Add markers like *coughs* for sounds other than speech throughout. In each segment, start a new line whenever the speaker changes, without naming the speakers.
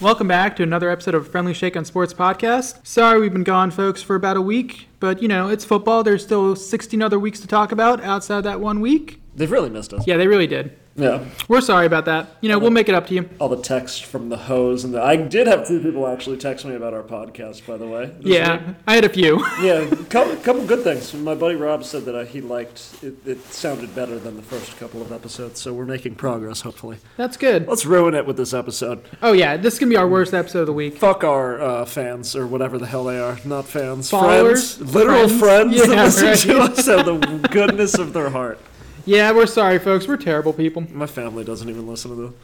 Welcome back to another episode of Friendly Shake on Sports Podcast. Sorry we've been gone, folks, for about a week, but you know, it's football. There's still 16 other weeks to talk about outside that one week.
They've really missed us.
Yeah, they really did.
Yeah.
We're sorry about that. You know, we'll make it up to you.
All the texts from the hoes and the, I did have two people actually text me about our podcast, by the way. this week.
Yeah, I had a few. *laughs*
Yeah, a couple, couple good things. My buddy Rob said that uh, he liked it, it sounded better than the first couple of episodes, so we're making progress, hopefully.
That's good.
Let's ruin it with this episode.
Oh, yeah, this is going to be our worst episode of the week.
Fuck our uh, fans, or whatever the hell they are. Not fans.
Followers?
Friends. Literal
Friends?
friends, that
Yeah,
listen to
right.
us out of the goodness of their heart.
Yeah, we're sorry, folks. We're terrible people.
My family doesn't even listen to them.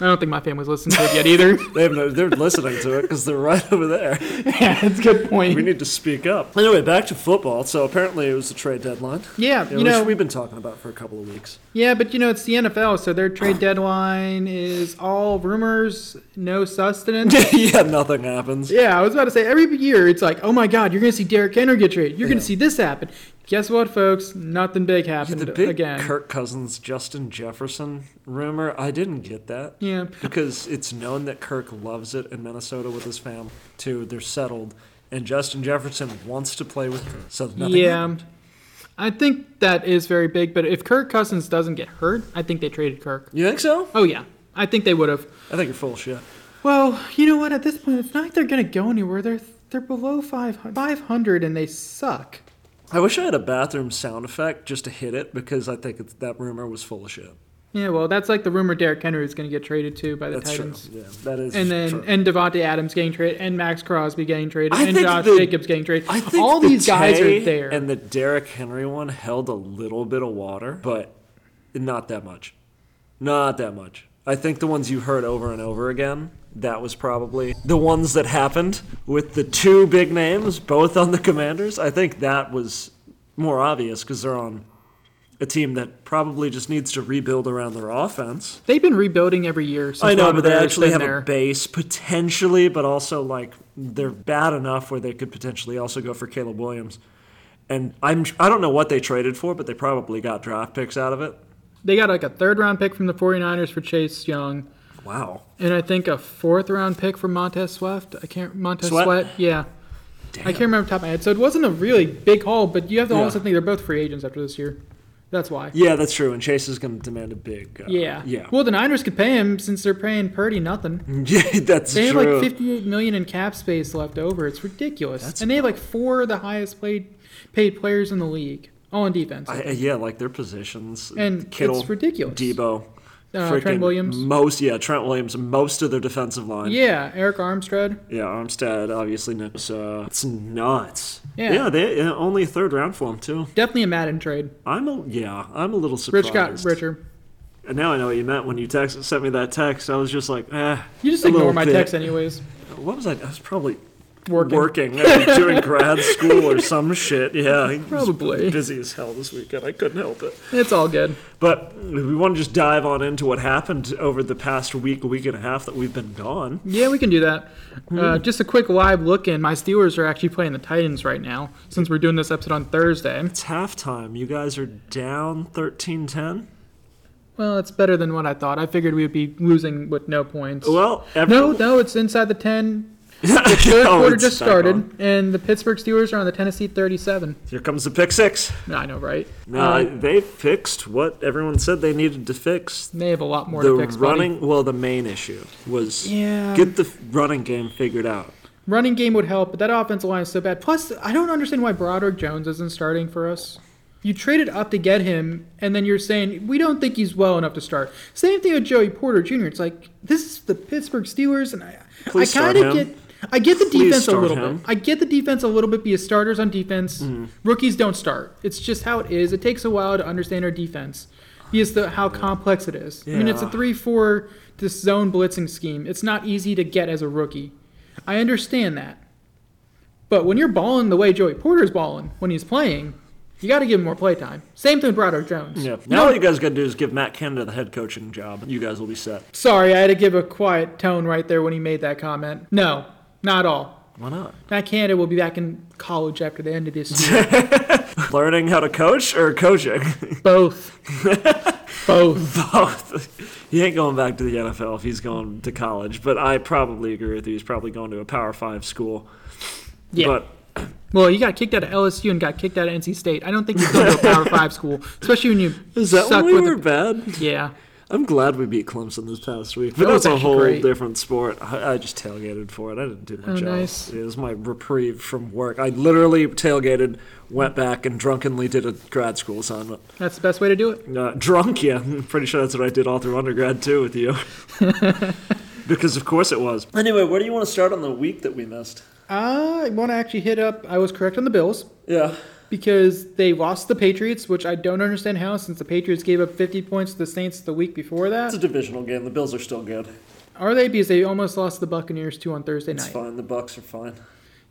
I don't think my family's listened to it yet either.
They have no, they're listening to it because they're right over there.
*laughs* yeah, that's a good
We
point.
need to speak up. *laughs* Anyway, back to football. So apparently it was the trade deadline.
Yeah,
Yeah,
you
which
know,
we've been talking about for a couple of
*laughs*
weeks.
yeah, but you know, it's the NFL, so their trade deadline is all rumors, no *laughs* sustenance.
*laughs* yeah, nothing happens.
Yeah, I was about to say every year it's like, oh my God, you're gonna see Derrick Henry get traded. You're gonna see this happen. Guess what, folks? Nothing big happened
the big
again.
Kirk Cousins, Justin Jefferson rumor, I didn't get that.
yeah,
Because it's known that Kirk loves it in Minnesota with his family, too. They're settled. And Justin Jefferson wants to play with them. So nothing
yeah.
happened.
I think that is very big. But if Kirk Cousins doesn't get hurt, I think they traded Kirk.
You think so?
Oh yeah, I think they would have.
I think you're full of shit.
Well, you know what? At this point, it's not like they're gonna go anywhere. They're they're below 500, 500 and they suck.
I wish I had a bathroom sound effect just to hit it because I think it's, that rumor was full of shit.
Yeah, well, that's like the rumor Derrick Henry is gonna get traded to by the
That's
Titans.
true. Yeah, that is
and then
true.
and Devontae Adams getting traded, and Max Crosby getting traded,
I
and
think
Josh
the-
Jacobs getting traded.
I think
All
the
these guys
Tay
are there.
And the Derrick Henry one held a little bit of water, but not that much. Not that much. I think the ones you heard over and over again, that was probably the ones that happened with the two big names, both on the Commanders. I think that was more obvious because they're on a team that probably just needs to rebuild around their offense.
They've been rebuilding every year. Since
I know,
Ron
but they
Rivera's
actually
been
have
there.
a base potentially, but also like they're bad enough where they could potentially also go for Caleb Williams. And I'm I don't know what they traded for, but they probably got draft picks out of it.
They got like a third round pick from the 49ers for Chase Young,
Wow.
and I think a fourth round pick for Montez Swift. I can't Montez
Sweat?
Sweat. Yeah, I can't remember off the top of my head. So it wasn't a really big haul, but you have to
Yeah.
also think they're both free agents after this year. That's why.
Yeah, that's true. And Chase is going to demand a big. Uh,
Yeah.
Yeah.
Well, the Niners could pay him since they're paying Purdy nothing.
*laughs* yeah, that's
They have
true.
like 58 million in cap space left over. It's ridiculous. and they have like four of the highest played paid players in the league, all on defense.
I- I- yeah, like their positions.
And
Kittle,
it's ridiculous.
Debo,
Uh, Trent
freaking
Williams.
Most yeah, Trent Williams. Most of their defensive line.
yeah, Eric Armstead.
Yeah, Armstead obviously knows. So it's nuts.
Yeah.
yeah they uh, only third round for him too.
Definitely a Madden trade.
I'm a yeah. I'm a little surprised.
Rich got richer.
And now I know what you meant when you text sent me that text. I was just like, eh.
You just
a little
ignore my
bit.
text anyways.
What was I? I was probably
Working.
working I was doing
*laughs*
grad school or some shit. Yeah, I was
Probably.
busy as hell this weekend. I couldn't help it.
It's all good.
But we want to just dive on into what happened over the past week, week and a half that we've been gone.
Yeah, we can do that.
Hmm.
Uh, just a quick live look in. My Steelers are actually playing the Titans right now since we're doing this episode on Thursday.
It's halftime. You guys are down 13-10.
Well, it's better than what I thought. I figured we would be losing with no points.
Well, every-
no, no, it's inside the 10.
*laughs* the
Third quarter just started, and the Pittsburgh Steelers are on the Tennessee 37.
Here comes the pick six.
I know, right?
No,
Uh,
they fixed what everyone said they needed to fix.
they have a lot more
The
to fix. buddy.
running, well, the main issue was
Yeah.
get the f- running game figured out.
running game would help, but that offensive line is so bad. Plus, I don't understand why Broderick Jones isn't starting for us. You traded up to get him, and then you're saying we don't think he's well enough to start. Same thing with Joey Porter Jr. It's like this is the Pittsburgh Steelers, and I, I
Please
kind
start
of
him.
get. I get the
Please
defense a
start
little
him.
bit. I get the defense a little bit because starters on defense,
Mm-hmm.
rookies don't start. It's just how it is. It takes a while to understand our defense because the, how complex it is. I mean, it's a
Yeah.
three-four this zone blitzing scheme. It's not easy to get as a rookie. I understand that, but when you're balling the way Joey Porter's balling when he's playing, you got to give him more play time. Same thing with Broderick Jones.
Yeah. Now
No,
all you guys got to do is give Matt Canada the head coaching job. You guys will be set.
sorry, I had to give a quiet tone right there when he made that comment. No, not all.
Why *laughs* not?
Matt Canada will be back in college after the end
*laughs*
of this year. *laughs*
Learning how to coach or coaching?
Both. Both.
*laughs* Both. he ain't going back to the NFL if he's going to college, but I probably agree with you. He's probably going to a Power Five school.
Yeah.
But
well, he got kicked out of LSU and got kicked out of NC State. I don't think he's going to a *laughs* Power Five school, especially when you
is that
suck
when we
with.
were
the-
bad?
yeah.
I'm glad we beat Clemson this past week, but
That was
that's a
actually
whole
great.
different sport. I, I just tailgated for it. I didn't do my
Oh,
job.
nice.
It was my reprieve from work. I literally tailgated, went back, and drunkenly did a grad school assignment.
That's the best way to do it.
Uh, drunk, yeah. I'm pretty sure that's what I did all through undergrad too
*laughs*
with you. because of course it was. Anyway, where do you want to start on the week that we missed?
I want to actually hit up. I was correct on the Bills
Yeah.
because they lost the Patriots, which I don't understand how, since the Patriots gave up 50 points to the Saints the week before that.
It's a divisional game. The Bills are still good.
Are they? Because they almost lost the Buccaneers too on Thursday
It's
night.
fine. The Bucks are fine.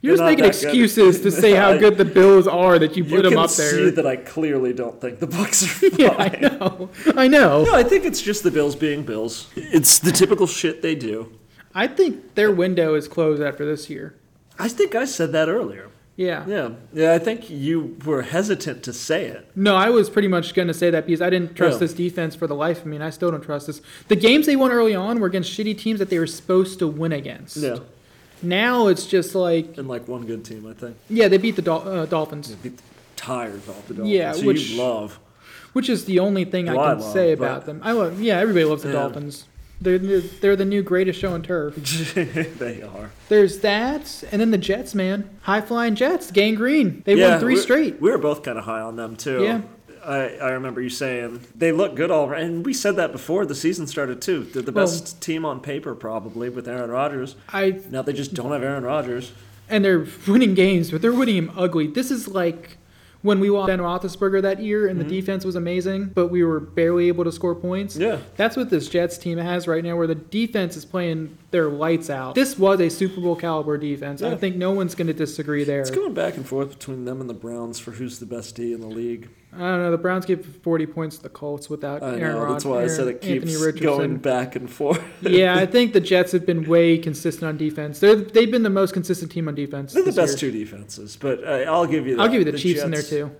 You're just
They're not
making
that good.
excuses to say
*laughs*
how
I-
good the Bills are that you put
you
them
can
up
see
there.
that I clearly don't think the Bucks are fine.
*laughs* yeah, I know. I know.
No, I think it's just the Bills being Bills. It's the typical shit they do.
I think their window is closed after this year.
I think I said that earlier.
Yeah.
Yeah. Yeah, I think you were hesitant to say it.
No, I was pretty much going to say that because I didn't trust
Yeah.
this defense for the life of me, and I still don't trust this. The games they won early on were against shitty teams that they were supposed to win against.
Yeah.
Now it's just like,
And like one good team, I think.
yeah, they beat the Dol- uh, Dolphins,
They beat the tires off the Dolphins.
Yeah,
who
which-
you love. *laughs*
which is the only thing
Well, I
I can
love,
say
but-
about them. I love, yeah, everybody loves the
Yeah.
Dolphins. They're, they're the new greatest show on turf.
they are.
There's that, and then the Jets, man. High flying Jets, gangrene. They won 3
we're-
straight.
We were both kind of high on them too.
Yeah.
I, I remember you saying they look good all right, and we said that before the season started too. They're the
Well-
best team on paper probably with Aaron Rodgers.
I
Now they just don't have Aaron Rodgers.
and they're *laughs* winning games, but they're winning them ugly. This is like when we lost Ben Roethlisberger that year, and
Mm-hmm.
the defense was amazing, but we were barely able to score points.
Yeah.
That's what this Jets team has right now, where the defense is playing their lights out. This was a Super Bowl caliber defense. I
Yeah.
think no one's going to disagree there.
It's going back and forth between them and the Browns for who's the best D in the league.
I don't know. The Browns gave 40 points to the Colts without Aaron
I know
Rodgers.
that's why I said it
Anthony
keeps
Richardson.
going back and forth. *laughs*
yeah, I think the Jets have been way consistent on defense. They're, they've been the most consistent team on defense.
They're the
this
best
year.
two defenses, but uh, I'll give you. That.
I'll give you the, Chiefs in there
Jets-
too.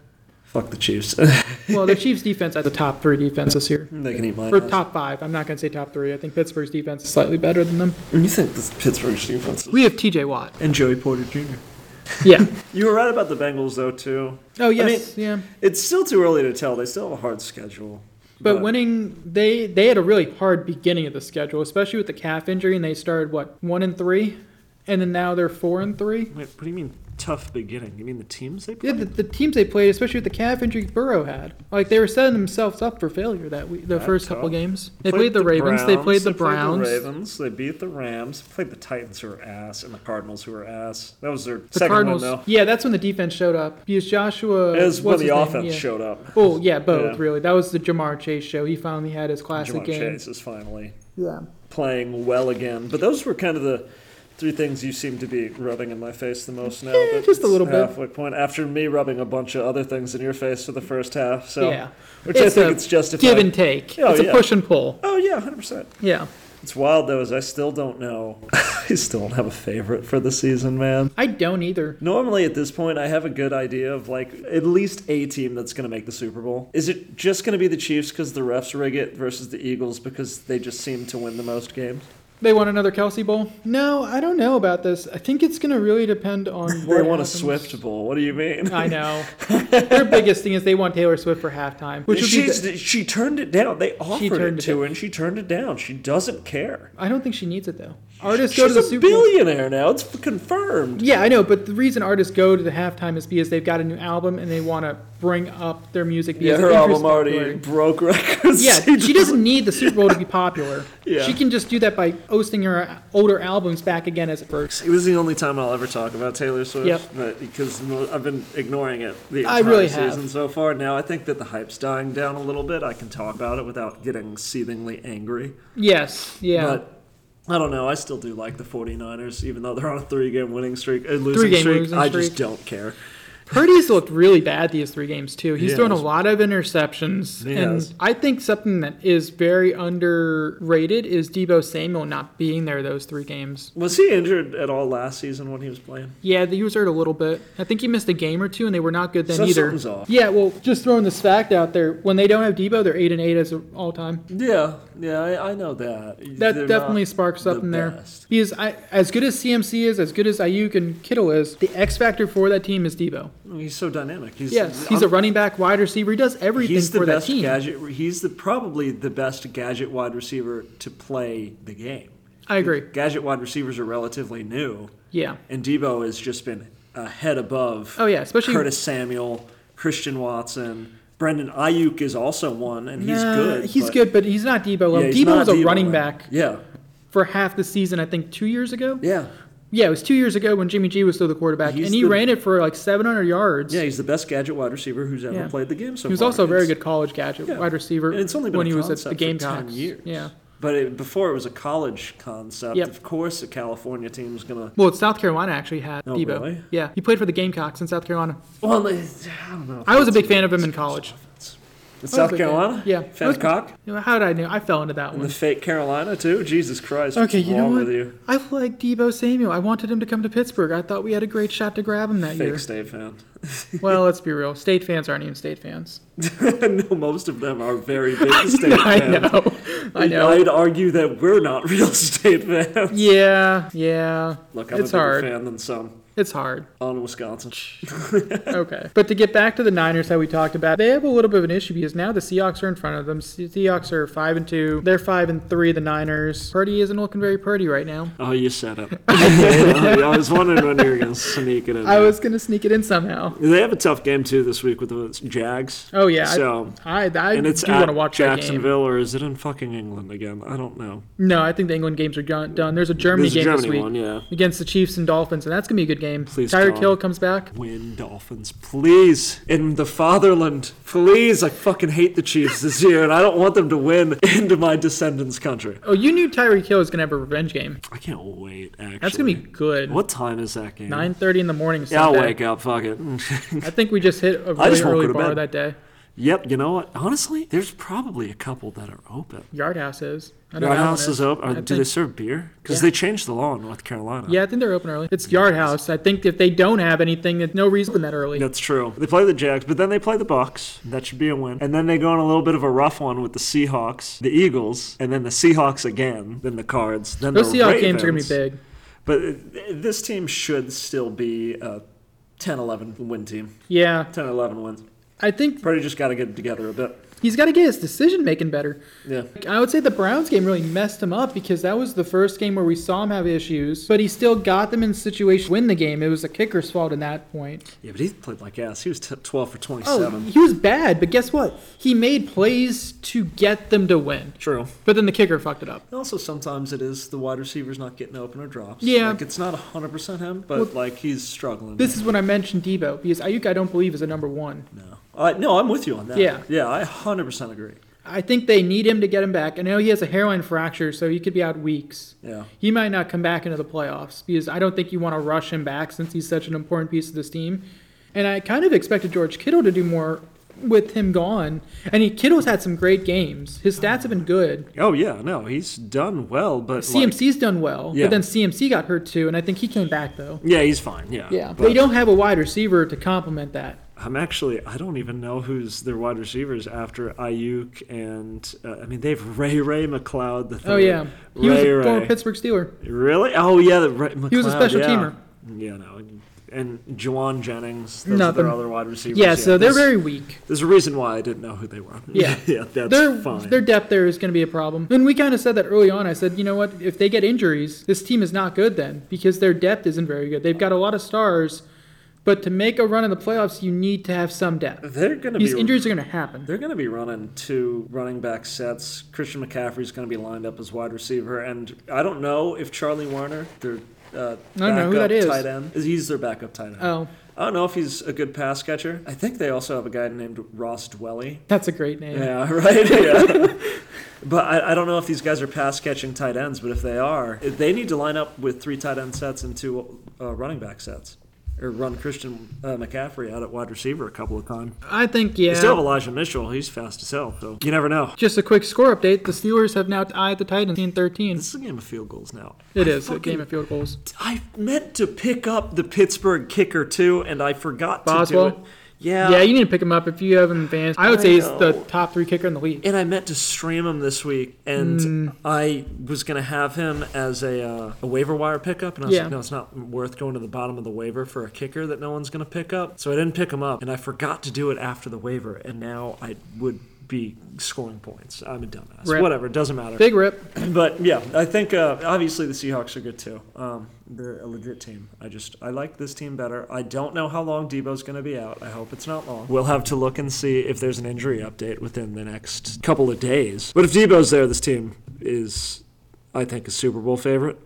Fuck the Chiefs. *laughs*
Well, the Chiefs defense at the top three defense this year.
they can eat my.
Or
ass.
top five. I'm not going to say top three. I think Pittsburgh's defense is slightly better than them.
And you think this Pittsburgh defense?
We have TJ Watt.
and Joey Porter Jr.
Yeah. *laughs*
You were right about the Bengals, though, too.
Oh,
mean-
yes. yeah.
It's still too early to tell. They still have a hard schedule.
But winning, they they had a really hard beginning of the schedule, especially with the calf injury, and they started, what, one and three? And then now they're four and three?
Wait, what do you mean tough beginning? You mean the teams they
Yeah,
played?
the, the teams they played, especially with the calf injury Burrow had, like they were setting themselves up for failure that week, the
That's
first couple
tough.
games. They played, the, Ravens. they
Browns,
played the
they
Browns.
Played the Ravens. They beat the Rams. Played the Titans, who were ass, and the Cardinals, who were ass. That was their
The
second
Cardinals.
one,
yeah, that's when the defense showed up because Joshua.
though. Is when
what's
the
his name?
offense
Yeah.
showed up.
Oh yeah, both
Yeah.
really. That was the Jamar Chase show. He finally had his classic
Jamar
game.
Chase is finally
Yeah.
playing well again. But those were kind of the three things you seem to be rubbing in my face the most now.
Eh,
but
just a
it's
little bit.
halfway point after me rubbing a bunch of other things in your face for the first half. So
Yeah.
which I think
a
it's justified.
Give and take.
Oh,
it's a
yeah.
push and pull.
Oh yeah, hundred percent.
Yeah.
It's wild though, is I still don't know. *laughs* I still don't have a favorite for the season, man.
I don't either.
Normally at this point, I have a good idea of like at least a team that's going to make the Super Bowl. Is it just going to be the Chiefs because the refs rig it versus the Eagles because they just seem to win the most games?
They want another Kelsey Bowl? No, I don't know about this. I think it's going to really depend on.
They
what
want a
happens.
Swift Bowl. What do you mean? *laughs*
I know. Their biggest thing is they want Taylor Swift for halftime, which would be.
She's,
The,
she turned it down. They offered
turned it
it to
down.
her, and she turned it down. She doesn't care.
I don't think she needs it though. Artists go to
She's
the
a
Super Bowl.
billionaire now. It's confirmed.
Yeah, I know, but the reason artists go to the halftime is because they've got a new album and they want to bring up their music.
Yeah,
Because
her
it
album
interests
already
popularity.
broke *laughs* records.
Yeah, she doesn't need the Super Bowl to be popular.
*laughs* Yeah.
She can just do that by hosting her older albums back again as it works.
It was the only time I'll ever talk about Taylor Swift,
Yep.
but because mo- I've been ignoring it the entire
I really have.
season so far. Now I think that the hype's dying down a little bit. I can talk about it without getting seethingly angry.
Yes, yeah.
But I don't know. I still do like the 49ers, even though they're on a three game winning streak, a losing
Three-game
streak.
losing
I just
streak.
don't care.
Purdy's looked really bad these three games too. He's
Yeah,
thrown a
that's-
lot of interceptions,
He
and
has.
I think something that is very underrated is Debo Samuel not being there those three games.
Was he injured at all last season when he was playing?
Yeah, he was hurt a little bit. I think he missed a game or two, and they were not good then
So
either.
something's off.
Yeah, well, just throwing this fact out there: when they don't have Debo, they're eight and eight as of all time.
Yeah, yeah, I, I know that.
That
They're
definitely
not
sparks
the
up in there.
best.
Because I, as good as CMC is, as good as Ayuk and Kittle is, the X factor for that team is Debo.
He's so dynamic. He's,
Yes, he's a running back, wide receiver. He does everything
He's the
for that
best
team.
gadget. He's the probably the best gadget wide receiver to play the game.
I agree.
Gadget wide receivers are relatively new,
Yeah.
and Debo has just been a head above.
Oh yeah, especially
Curtis Samuel, Christian Watson, Brendan Ayuk is also one, and he's
Nah,
good.
He's
but-
good, but he's not Debo. level.
Yeah, he's
Debo
not
was a
Debo
running
level.
back
Yeah,
for half the season. I think two years ago.
yeah,
Yeah, it was two years ago when Jimmy G was still the quarterback,
He's
and he
the-
ran it for like 700 yards.
yeah. He's the best gadget wide receiver who's ever
Yeah.
played the game so
he was
far.
also a very
It's-
good college gadget
yeah.
wide receiver.
And it's only been
when
a
he was at the
concept for 10
Gamecocks.
years.
Yeah.
But it, before it was a college concept.
Yep.
Of course, a California team's gonna.
Well, South Carolina actually had
Oh,
Debo.
really?
Yeah, he played for the Gamecocks in South Carolina.
Well, they- I don't know. if
I was a
that's
big fan of him in college.
offense. It's South
big fan.
Carolina.
Yeah. I
Fat
was-
cock.
You know, how did I know? I fell into that
And the
one.
fake Carolina too. Jesus Christ. What's
Okay, you know
wrong
what?
with you?
I like Debo Samuel. I wanted him to come to Pittsburgh. I thought we had a great shot to grab him that
Fake
year.
state fan. *laughs*
Well, let's be real. State fans aren't even state fans.
no, most of them are very big
*laughs*
*laughs* state
I
fans.
know. I know.
would argue that we're not *laughs* real estate fans.
Yeah, yeah.
Look, I'm
it's
a bigger
hard.
fan than some
It's hard.
on Wisconsin.
Okay. But to get back to the Niners that we talked about, they have a little bit of an issue because now the Seahawks are in front of them. Se- Seahawks are five and two. They're five and three. The Niners. Purdy isn't looking very pretty right now.
Oh, you
*laughs*
said it. *laughs* I was wondering when you were going to sneak it in.
I was gonna sneak it in somehow.
They have a tough game too this week with the Jags.
Oh yeah. I-
So
I I,
and it's
do
at
want to watch that game.
Jacksonville, or is it in fucking England again? I don't know.
No, I think the England games are gone, done. There's a Germany
There's a
game this
Germany
week
one, yeah.
against the Chiefs and Dolphins, and that's gonna be a good game.
Please
Tyreek
God.
Hill comes back.
Win Dolphins, please. In the fatherland, please. I fucking hate the Chiefs this year, and I don't want them to win *laughs* into my descendants' country.
Oh, you knew Tyreek Hill was gonna have a revenge game.
I can't wait. Actually,
That's gonna be good.
What time is that game?
Nine thirty in the morning.
Yeah, I'll
Sunday.
wake up. Fuck it. *laughs*
I think we just hit a
I
really
just won't go
early
to
bar
bed.
that day.
yep. You know what? Honestly, there's probably a couple that are open.
Yard House is. I know
Yard
that one
House is open.
I
Or do they
think-
serve beer? Because
Yeah.
they changed the law in North Carolina.
Yeah, I think they're open early. It's Yard House. I think if they don't have anything, there's no reason that early.
That's true. They play the Jags, but then they play the Bucks. That should be a win. And then they go on a little bit of a rough one with the Seahawks, the Eagles, and then the Seahawks again, then the Cards, then
Those
the
Seahawks
Ravens.
games are gonna be big.
But uh, this team should still be a 10-11 win team.
Yeah,
10-11 wins.
I think
Probably just got to get it together a bit.
he's got to get his decision making better.
Yeah.
I would say the Browns game really messed him up because that was the first game where we saw him have issues, but he still got them in situation to win the game. It was the kicker's fault in that point.
Yeah, but he played like ass. He was t- 12 for
Oh,
27.
he was bad, but guess what? He made plays to get them to win,
True.
but then the kicker fucked it up.
And Also, sometimes it is the wide receivers not getting open or drops.
Yeah.
Like, it's not 100% him, but,
Well,
like, he's struggling.
This is when I mentioned Debo because Ayuk I don't believe is a number one.
No. Uh, no, I'm with you on that.
Yeah.
Yeah, I 100% agree.
I think they need him to get him back. I know he has a hairline fracture, so he could be out weeks.
Yeah.
He might not come back into the playoffs because I don't think you want to rush him back since he's such an important piece of this team. And I kind of expected George Kittle to do more with him gone. And he, Kittle's had some great games. His stats have been good.
Oh, yeah, no, he's done well, but. Like,
CMC's done well,
Yeah.
but then CMC got hurt too, and I think he came back though.
yeah, he's fine. Yeah.
Yeah,
But
they don't have a wide receiver to complement that.
I'm actually, I don't even know who's their wide receivers after Ayuk and, uh, I mean, they have Ray Ray McLeod. The
Oh
third.
yeah, he was
Ray
a former
Ray.
Pittsburgh Steeler.
Really? Oh, yeah. The, Ray, McLeod,
He was a special
yeah.
teamer.
Yeah, no. and- And Juwan Jennings, those are
Nothing.
their other wide receivers.
Yeah, so they're
there's-
very weak.
There's a reason why I didn't know who they were.
Yeah.
*laughs* yeah, that's
Their
fine.
their depth there is going to be a problem. And we kind of said that early on. I said, you know what? If they get injuries, this team is not good then because their depth isn't very good. They've got a lot of stars, but to make a run in the playoffs, you need to have some depth.
They're gonna
These
be
injuries are going to happen.
They're going to be running two running back sets. Christian McCaffrey's going to be lined up as wide receiver, and I don't know if Charlie Warner, their uh,
I don't know who that
backup
is.
tight end, is he's their backup tight end.
Oh,
I don't know if he's a good pass catcher. I think they also have a guy named Ross Dwelly.
that's a great name.
Yeah, *laughs* right. Yeah. but I, I don't know if these guys are pass catching tight ends. But if they are, they need to line up with three tight end sets and two uh, running back sets. or run Christian uh, McCaffrey out at wide receiver a couple of times.
I think yeah.
They still have Elijah Mitchell. He's fast as hell, so you never know.
Just a quick score update: the Steelers have now tied the Titans in 13.
This is a game of field goals now.
It
I
is a
fucking-
game of field goals.
I meant to pick up the Pittsburgh kicker too, and I forgot
Boswell?
to do it. Yeah.
Yeah, you need to pick him up if you have him advanced. I would say
I
he's the
know.
top three kicker in the league.
and I meant to stream him this week, and
Hmm.
I was gonna have him as a, uh, a waiver wire pickup, and I was
Yeah.
like, no, it's not worth going to the bottom of the waiver for a kicker that no one's gonna pick up. So I didn't pick him up, and I forgot to do it after the waiver, and now I would be scoring points. I'm a dumbass.
Rip.
Whatever, it doesn't matter.
Big rip.
But yeah, I think uh, obviously the Seahawks are good too. Um, they're a legit team. I just I like this team better. I don't know how long Debo's going to be out. I hope it's not long. We'll have to look and see if there's an injury update within the next couple of days. But if Debo's there, this team is, I think, a Super Bowl favorite.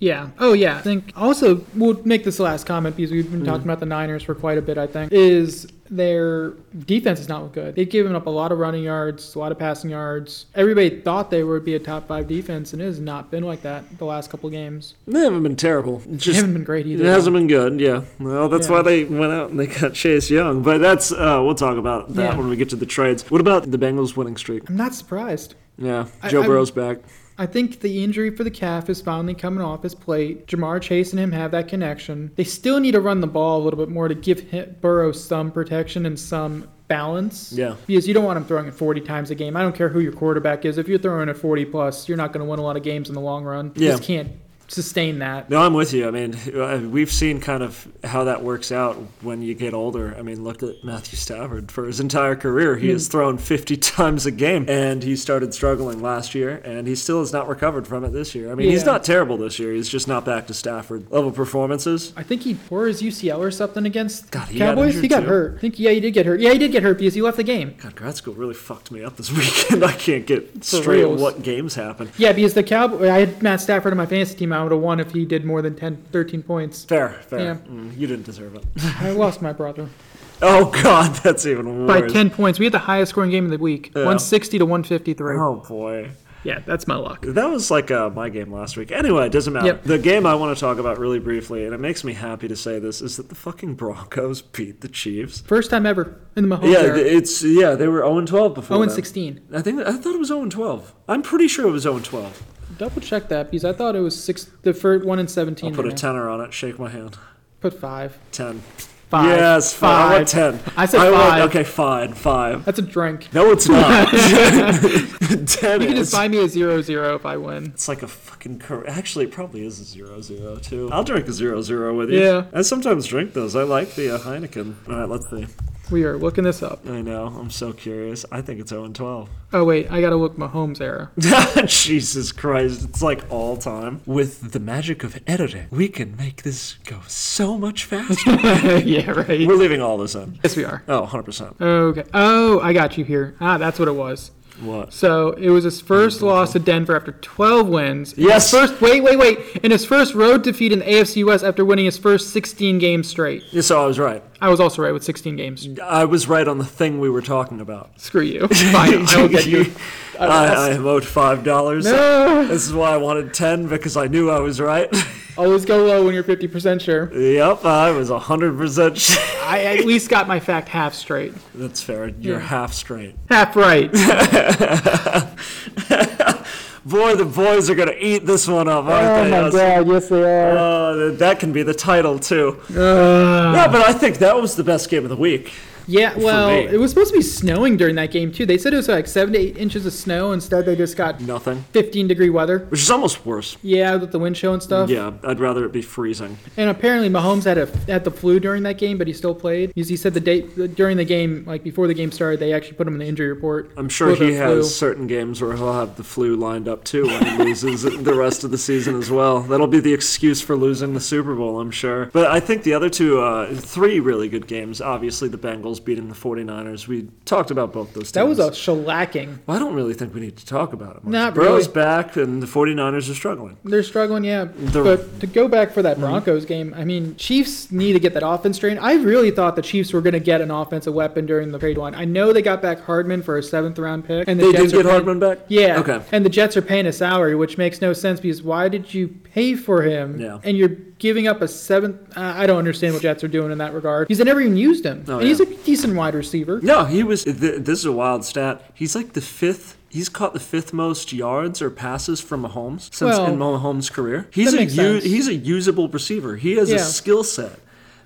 Yeah. Oh, yeah. I think also we'll make this last comment because we've been talking about the Niners for quite a bit. I think is their defense is not good. They've given up a lot of running yards, a lot of passing yards. Everybody thought they would be a top five defense, and it has not been like that the last couple games.
They haven't been terrible.
They
Just
haven't been great
It
either.
hasn't been good, yeah. Well, that's
Yeah.
why they went out and they got Chase Young. But that's uh, we'll talk about that
Yeah.
when we get to the trades. What about the Bengals winning streak?
I'm not surprised.
Yeah,
I-
Joe
I-
Burrow's back.
I think the injury for the calf is finally coming off his plate. Jamar Chase and him have that connection. They still need to run the ball a little bit more to give him, Burrow some protection and some balance.
Yeah.
Because you don't want him throwing it 40 times a game. I don't care who your quarterback is. If you're throwing it 40 plus, you're not going to win a lot of games in the long run. You
Yeah.
just can't sustain that.
No, I'm with you. I mean, uh, we've seen kind of how that works out when you get older. I mean, look at Matthew Stafford. For his entire career, he
Hmm.
has thrown 50 times a game, and he started struggling last year, and he still has not recovered from it this year. I mean, he's
Yeah.
not terrible this year. He's just not back to Stafford level performances.
I think he tore his UCL or something against
God, he got
Cowboys. he
injured
got
too.
hurt. I think, yeah, he did get hurt. Yeah, he did get hurt because he left the game.
God, grad school really fucked me up this *laughs* weekend. I can't get
For
straight
reals.
what games happen.
Yeah, because the Cowboy, I had Matt Stafford on my fantasy team. I would have won if he did more than 10, 13 points.
Fair, fair.
Yeah.
Mm, you didn't deserve it. *laughs*
I lost my brother.
Oh, God, that's even worse.
by 10 points. We had the highest scoring game of the week,
Yeah.
160 to 153.
Oh, boy.
Yeah, that's my luck.
That was like uh, my game last week. Anyway, it doesn't matter.
Yep.
The game I want to talk about really briefly, and it makes me happy to say this, is that the fucking Broncos *laughs* beat the Chiefs.
First time ever in the Mahomes
Yeah,
era.
th- it's yeah they were 0 12 before.
0 Oh, and
then.
16.
I think I thought it was 0 12. I'm pretty sure it was 0 12.
Double check that because I thought it was six. The first one and 17.
I'll put a
there.
tenner on it. Shake my hand.
Put five.
Ten.
Five.
Yes, five. I want ten.
I said
want-
five.
okay, fine, five.
That's a drink.
No,
*laughs*
it's not. *laughs* ten.
You can just
is.
find me a zero zero if I win.
It's like a fucking cor- actually it probably is a zero zero too. I'll drink a zero zero with you.
Yeah.
I sometimes drink those. I like the uh, Heineken. All right, let's see.
We are looking this up.
I know. I'm so curious. I think it's 0 and 12.
Oh wait, I gotta look Mahomes era. *laughs*
*laughs* Jesus Christ. It's like all time. With the magic of editing, we can make this go so much faster.
*laughs* yeah, right.
We're leaving all this in.
Yes, we are.
Oh, 100%.
Okay. Oh, I got you here. Ah, that's what it was.
What?
So it was his first loss to Denver after 12 wins. And
Yes.
His first wait, wait, wait, and his first road defeat in the AFC West after winning his first 16 games straight.
Yeah, So I was right.
I was also right with 16 games.
I was right on the thing we were talking about.
Screw
*laughs*
you. Fine, *laughs* I will get you. *laughs* I
I,
lost.
I owed five dollars.
No.
This is why I wanted ten because I knew I was right. *laughs*
Always go low when you're 50% sure.
yep, I was hundred percent. *laughs* sure.
I at least got my fact half straight.
That's fair. You're
Yeah.
half straight.
Half right.
Boy, the boys are gonna eat this one up, *laughs* aren't they? Us?
Oh god, yes they are.
Oh, th- that can be the title too.
Uh,
Yeah, but I think that was the best game of the week.
yeah, well,
me.
it was supposed to be snowing during that game too. They said it was like 7 to 8 inches of snow. Instead, they just got
Nothing,
15 degree weather.
which is almost worse.
Yeah, with the wind chill and stuff.
Yeah, I'd rather it be freezing.
And apparently Mahomes had a had the flu during that game, but he still played. Because he said the date during the game, like before the game started, they actually put him in the injury report.
I'm sure
with
he
a
has
flu.
certain games where he'll have the flu lined up too when he *laughs* loses it the rest of the season as well. That'll be the excuse for losing the Super Bowl, I'm sure. But I think the other two, uh, three really good games. Obviously, the Bengals Cardinals beating the 49ers. We talked about both those teams.
That was a shellacking.
Well, I don't really think we need to talk about it. Much.
Not
Burrow's
really.
back, and the 49ers are struggling.
They're struggling, yeah.
They're-
but to go back for that
Mm-hmm.
Broncos game, I mean, Chiefs need to get that offense trained. I really thought the Chiefs were going to get an offensive weapon during the trade line. I know they got back Hardman for a seventh round pick, and the
They
Jets
did
are
get
paying-
Hardman back.
Yeah.
Okay.
And the Jets are paying a salary, which makes no sense because why did you pay for him?
Yeah.
And you're giving up a seventh. Uh, I don't understand what Jets are doing in that regard because they never even used him.
Oh,
and he's a
yeah.
decent wide receiver.
No, he was. Th- this is a wild stat. He's like the fifth. He's caught the fifth most yards or passes from Mahomes since
Well,
in Mahomes' career. He's
that
a
makes
u-
sense.
he's a usable receiver. He has
Yeah.
a skill set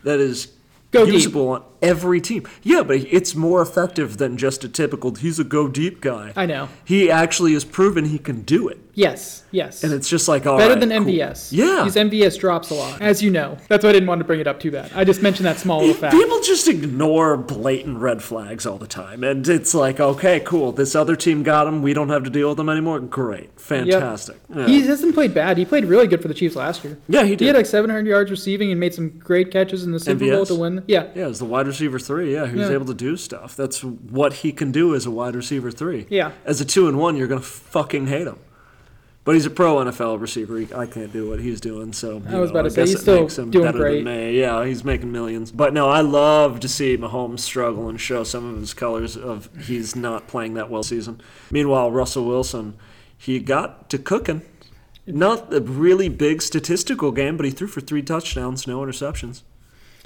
that is
Go deep.
usable on every team. Yeah, but it's more effective than just a typical. He's a go deep guy.
I know.
He actually has proven he can do it,
Yes. Yes.
and it's just like all
Better
right,
than
cool.
MVS.
Yeah.
Because MVS drops a lot, as you know. That's why I didn't want to bring it up too bad. I just mentioned that small little fact.
People just ignore blatant red flags all the time, and it's like, okay, cool. This other team got them. We don't have to deal with them anymore. Great, fantastic. Yeah.
He hasn't played bad. He played really good for the Chiefs last year.
Yeah, he
He
did.
had like 700 yards receiving and made some great catches in the Super Bowl
MVS?
to win. Yeah.
yeah, as the wide receiver three, yeah, who's
Yeah.
able to do stuff. That's what he can do as a wide receiver three.
Yeah.
As a two and one, you're gonna fucking hate him. But he's a pro NFL receiver. He, I can't do what he's doing, so you
I was
know,
about to say,
guess
he's
it
still
makes him
doing
better
great.
than me. Yeah, he's making millions. But no, I love to see Mahomes struggle and show some of his colors of he's not playing that well season. Meanwhile, Russell Wilson, he got to cooking. Not a really big statistical game, but he threw for three touchdowns, no interceptions.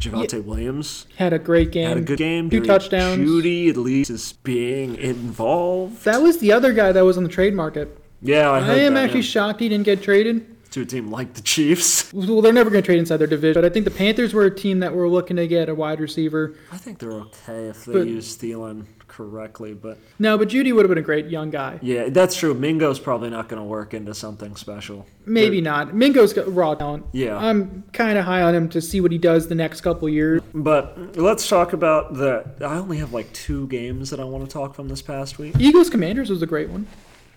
Javante Williams
Had a great game.
had a good game.
Two
Jerry
touchdowns.
Judy at least is being involved.
That was the other guy that was on the trade market.
Yeah, I
I,
heard
am
that,
actually
yeah.
shocked he didn't get traded.
to a team like the Chiefs. *laughs*
Well, they're never going to trade inside their division, but I think the Panthers were a team that were looking to get a wide receiver.
I think they're okay if they
But-
use Thielen correctly, but
No, but Judy would have been a great young guy.
yeah, that's true. Mingo's probably not going to work into something special.
Maybe not. Mingo's got raw talent.
Yeah.
I'm kind of high on him to see what he does the next couple years.
But let's talk about the. I only have like two games that I want to talk from this past week.
Eagles Commanders was a great one.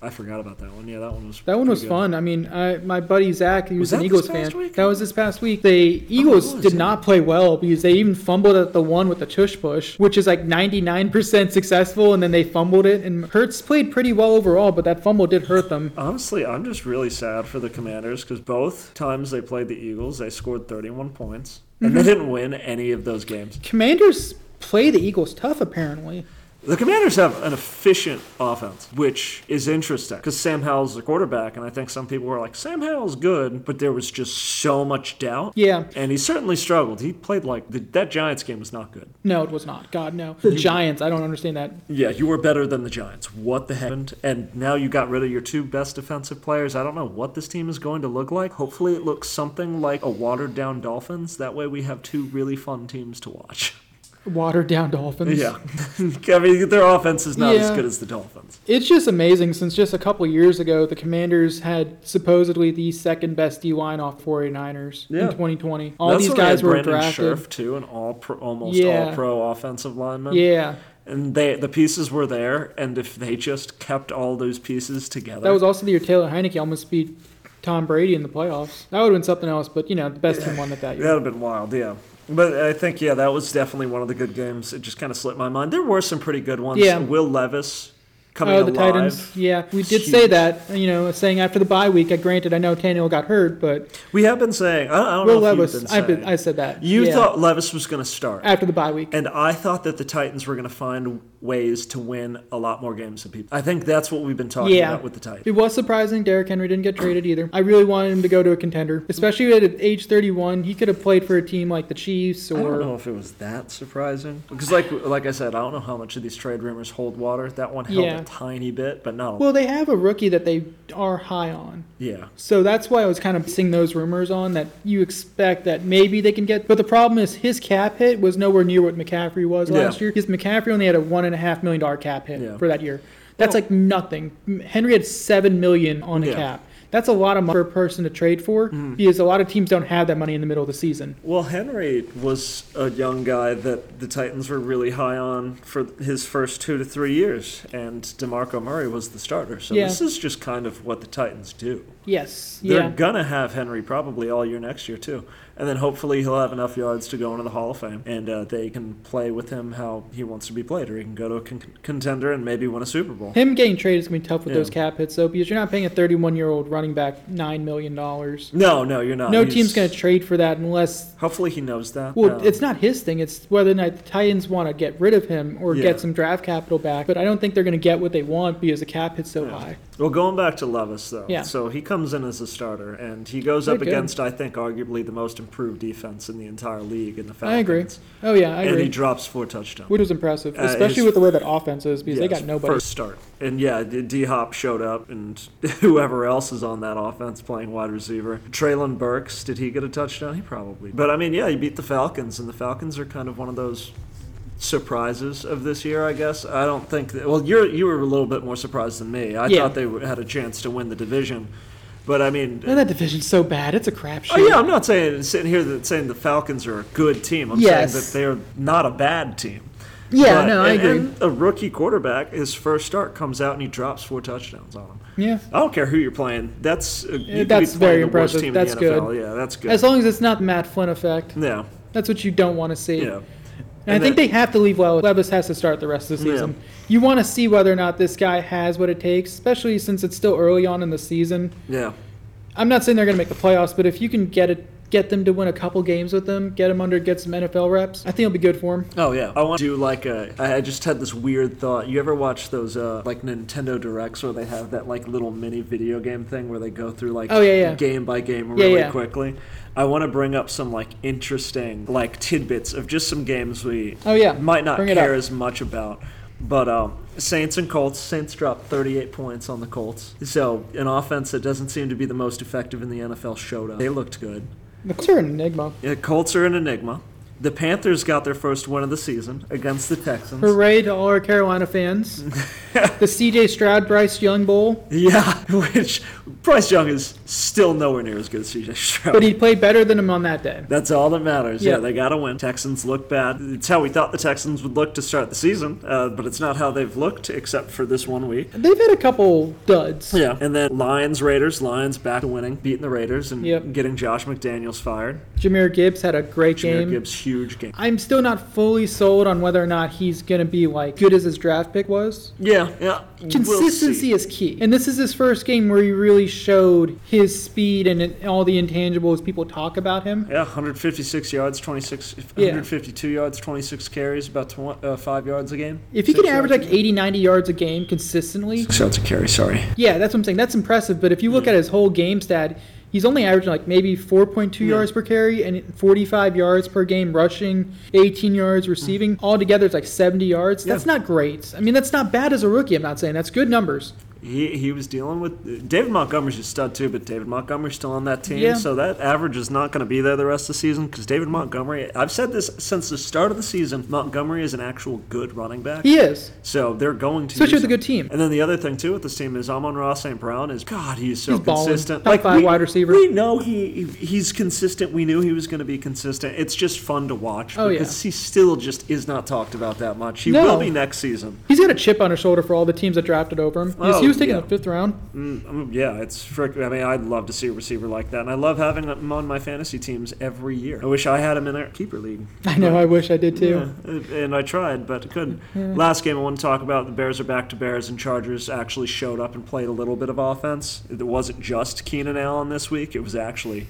I forgot about that one. Yeah, that one was.
That one
pretty
was
good.
fun. I mean, I, my buddy Zach, he was,
Was
an
that
Eagles
this past
fan.
week?
That was this past week. The Eagles
was,
did
yeah.
not play well because they even fumbled at the one with the tush push, which is like 99% successful, and then they fumbled it. And Hertz played pretty well overall, but that fumble did hurt them.
Honestly, I'm just really sad for the Commanders because both times they played the Eagles, they scored 31 points, and
Mm-hmm.
they didn't win any of those games.
Commanders play the Eagles tough, apparently.
The Commanders have an efficient offense, which is interesting because Sam Howell's the quarterback, and I think some people were like, Sam Howell's good, but there was just so much doubt.
Yeah.
And he certainly struggled. He played like the, that Giants game was not good.
No, it was not. God, no.
*laughs*
The Giants, I don't understand that.
Yeah, you were better than the Giants. What the heck? happened? And now you got rid of your two best defensive players. I don't know what this team is going to look like. Hopefully, it looks something like a watered down Dolphins. That way, we have two really fun teams to watch.
Watered down Dolphins.
Yeah. *laughs* I mean, their offense is not as
Yeah.
good as the Dolphins.
It's just amazing since just a couple years ago, the Commanders had supposedly the second best D line off 49ers in
Yeah.
2020. All
That's
these
when they had
guys were
Brandon
drafted.
Scherf too, an all pro, almost
Yeah.
all pro offensive lineman.
Yeah,
And they the pieces were there, and if they just kept all those pieces together,
that was also the year Taylor Heineke almost beat Tom Brady in the playoffs. That would have been something else, but you know, the best team won it that
that
year.
would have been wild. Yeah. But I think yeah, that was definitely one of the good games. It just kind of slipped my mind. There were some pretty good ones.
Yeah.
Will Levis coming
Oh,
alive.
the Titans. Yeah, we did
Huge.
say that. You know, saying after the bye week. I granted, I know Tannehill got hurt, but
We have been saying I don't, I don't
Will
know if
Levis.
you've been
I've been,
saying.
I said that.
you
Yeah.
thought Levis was going to start,
after the bye week.
and I thought that the Titans were going to find ways to win a lot more games than people. I think that's what we've been talking
Yeah.
about with the Titans.
It was surprising Derrick Henry didn't get traded either. I really wanted him to go to a contender, especially at age 31. He could have played for a team like the Chiefs
I don't
or
know if it was that surprising because, like, like I said, I don't know how much of these trade rumors hold water. That one held
Yeah.
a tiny bit, but not. a-
well, they have a rookie that they are high on.
yeah,
So that's why I was kind of seeing those rumors on that you expect that maybe they can get. But the problem is his cap hit was nowhere near what McCaffrey was
Yeah.
last year. Because McCaffrey only had a one and a half million dollar cap hit
Yeah.
for that year. That's like nothing. M- Henry had seven million on the
Yeah. Mm-hmm.
cap. That's a lot of money for a person to trade for because a lot of teams don't have that money in the middle of the season.
Well, Henry was a young guy that the Titans were really high on for his first two to three years, and DeMarco Murray was the starter. So
Yeah.
this is just kind of what the Titans do.
Yes.
They're
Yeah.
gonna have Henry probably all year next year too, and then hopefully he'll have enough yards to go into the Hall of Fame, and uh, they can play with him how he wants to be played, or he can go to a con- contender and maybe win a Super Bowl.
Him getting traded is going to be tough with
Yeah.
those cap hits, though, because you're not paying a 31 year old running back $9 million. No
No, no, you're not. He's-
team's going to trade for that unless.
Hopefully he knows that.
Well,
Um,
it's not his thing. It's whether or not the Titans want to get rid of him or
Yeah.
get some draft capital back. But I don't think they're going to get what they want because the cap hit's so
Yeah.
high.
Well, going back to Levis, though.
Yeah.
So he comes in as a starter, and he goes
Good,
up
good.
against, I think, arguably the most improved defense in the entire league in the Falcons.
I agree. Oh, yeah, I
And
agree.
he drops four touchdowns.
Which was impressive,
Uh,
especially
his-
with the way that offense is because
Yeah,
they got
his
nobody.
First start. And yeah, D Hop showed up, and *laughs* whoever else is on that offense playing wide receiver. Traylon Burks, did he get a touchdown? He probably. But I mean, yeah, he beat the Falcons, and the Falcons are kind of one of those surprises of this year, I guess. I don't think that. Well, you're you were a little bit more surprised than me. I
Yeah.
thought they were- had a chance to win the division, but I mean.
Man, that division's so bad. It's a crapshoot.
Oh, yeah, I'm not saying sitting here that saying the Falcons are a good team. I'm
Yes.
saying that they're not a bad team.
Yeah,
But-
no, I
and-
agree.
and a rookie quarterback, his first start comes out and he drops four touchdowns on him.
yeah.
I don't care who you're playing. That's uh, you could
that's
be playing
very
the worst
impressive.
team
That's
in the
good.
NFL. Yeah, that's good.
As long as it's not the Matt Flynn effect,
yeah,
that's what you don't want to see.
yeah.
And,
And
I think
then-
they have to leave well. Levis has to start the rest of the
Yeah.
season. You want to see whether or not this guy has what it takes, especially since it's still early on in the season.
Yeah.
I'm not saying they're going to make the playoffs, but if you can get it, get them to win a couple games with them, get them under, get some NFL reps, I think it'll be good for him.
Oh yeah, I want to do like a. I I just had this weird thought. You ever watch those uh, like Nintendo Directs where they have that like little mini video game thing where they go through like
Oh, yeah, yeah.
game by game
Yeah,
really
yeah.
quickly? I want to bring up some like interesting like tidbits of just some games we
Oh, yeah.
might not
Bring it
care
up.
as much about. But um, Saints and Colts. Saints dropped 38 points on the Colts. So an offense that doesn't seem to be the most effective in the NFL showed up. They looked good.
The Colts are an enigma.
Yeah, Colts are an enigma. The Panthers got their first win of the season against the Texans.
Hooray to all our Carolina
*laughs*
fans. the CJ Stroud Bryce Young Bowl,
Yeah, *laughs* which Bryce Young is still nowhere near as good as CJ Stroud.
but he played better than him on that day.
That's all that matters. Yeah,
Yeah.
they got to win. Texans look bad. It's how we thought the Texans would look to start the season, uh, but it's not how they've looked except for this one week.
They've had a couple duds.
Yeah. And then Lions, Raiders, Lions back to winning, beating the Raiders and
Yep.
getting Josh McDaniels fired.
Jameer Gibbs had a great
Jameer
game.
Gibbs, huge game.
I'm still not fully sold on whether or not he's going to be like good as his draft pick was.
Yeah, yeah. we'll see.
Consistency is key. And this is his first game where he really showed his speed and it- all the intangibles people talk about him.
Yeah, 156 yards, 26,
Yeah.
152 yards, 26 carries, about tw- uh, five yards a game.
If he
Six
could average
yards.
like 80, 90 yards a game consistently,
six yards a carry, sorry.
yeah, that's what I'm saying. That's impressive. But if you
Mm.
look at his whole game stat, he's only averaging like maybe 4.2
Yeah.
yards per carry and 45 yards per game rushing, 18 yards receiving. All together, it's like 70 yards. That's
Mm. Yeah.
not great. I mean, that's not bad as a rookie. I'm not saying that's good numbers.
He, he was dealing with David Montgomery's a stud too, but David Montgomery's still on that team,
Yeah.
so that average is not going to be there the rest of the season because David Montgomery. I've said this since the start of the season. Montgomery is an actual good running back,
He is.
so they're going to
Especially
use
with a
him.
good team.
And then the other thing too with this team is Amon Ross St. Brown is God, he's so
He's balling.
consistent.
Top five
we,
wide receiver.
We know he he's consistent. We knew he was going to be consistent. It's just fun to watch
Oh, yeah.
because he still just is not talked about that much. He
No.
will be next season.
He's got a chip on his shoulder for all the teams that drafted over him. Yes,
Oh,
he was taking
yeah.
the fifth round. *laughs*
Mm, um, yeah, it's frick. I mean, I'd love to see a receiver like that, and I love having him on my fantasy teams every year. I wish I had him in our keeper league.
I know. I wish I did too.
Yeah, and- Uh, and I tried, but couldn't. Last game I want to talk about the Bears are back to Bears, and Chargers actually showed up and played a little bit of offense. It wasn't just Keenan Allen this week; it was actually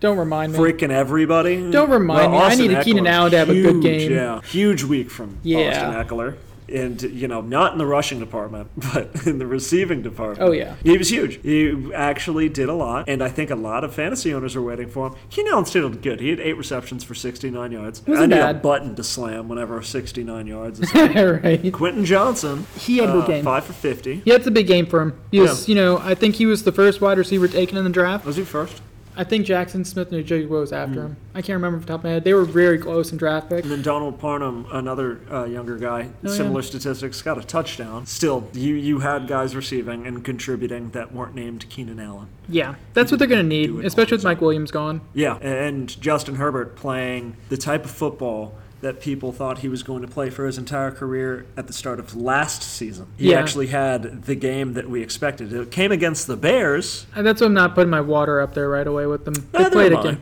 Don't remind me.
freaking everybody.
Don't remind me. I
Austin
needed Keenan
Eckler,
Allen to have a good
huge,
game.
Yeah, huge week from
Yeah.
Austin Eckler. And you know, not in the rushing department, *laughs* but in the receiving department.
Oh, yeah.
he was huge. He actually did a lot, and I think a lot of fantasy owners are waiting for him. Keenan Allen still did good. He had eight receptions for 69 yards. I
Wasn't
need a
bad.
button to slam whenever 69 yards.
*laughs*
Is
*laughs* right.
Quentin Johnson,
He had a good
uh,
game.
five for 50.
Yeah, it's a big game for him. He was, you know, I think he was the first wide receiver taken in the draft.
Was he first?
I think Jackson Smith and Joey Rose
Hmm.
after him. I can't remember off the top of my head. They were very close in draft pick.
And then Donald Parnum, another uh, younger guy,
Oh, yeah.
similar statistics, got a touchdown. Still, you you had guys receiving and contributing that weren't named Keenan Allen.
Yeah, that's what they're going to need,
Do it
especially
all
with Mike Williams gone.
Yeah, and Justin Herbert playing the type of football that people thought he was going to play for his entire career at the start of last season. He
Yeah.
actually had the game that we expected. It came against the Bears.
And Uh, that's why I'm not putting my water up there right away with them. They
Neither
played
am
again.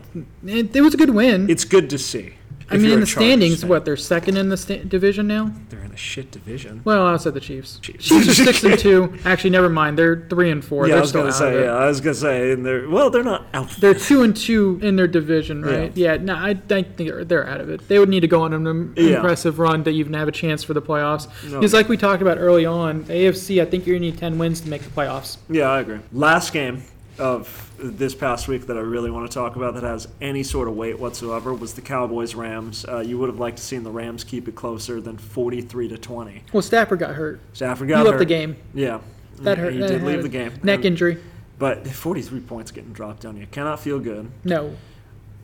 It, it was a good win.
It's good to see.
I
If
mean,
you're
in
a
the
Chargers
standings,
fan.
what they're second in the sta- division now.
They're in a shit division.
Well, outside the Chiefs.
Chiefs.
Chiefs are six
*laughs*
and two. Actually, never mind. They're three and four.
yeah, I
they're
was
still
gonna
out of
say.
it.
Yeah, I was gonna say. And they're well, they're not out.
They're two and two in their division,
Yeah.
right? Yeah. no, I think they're, they're out of it. They would need to go on an im-
Yeah.
impressive run to even have a chance for the playoffs.
No.
Because, like we talked about early on, the AFC, I think you're gonna need ten wins to make the playoffs.
Yeah, I agree. Last game of this past week that I really want to talk about that has any sort of weight whatsoever was the Cowboys Rams. Uh, you would have liked to seen the Rams keep it closer than 43 to 20.
Well, Stafford got hurt.
Stafford
He
got
left the
hurt.
game.
Yeah.
That
Yeah,
hurt.
He
that
did leave
had a
the game.
Neck
And-
injury.
But 43 points getting dropped on you cannot feel good.
No.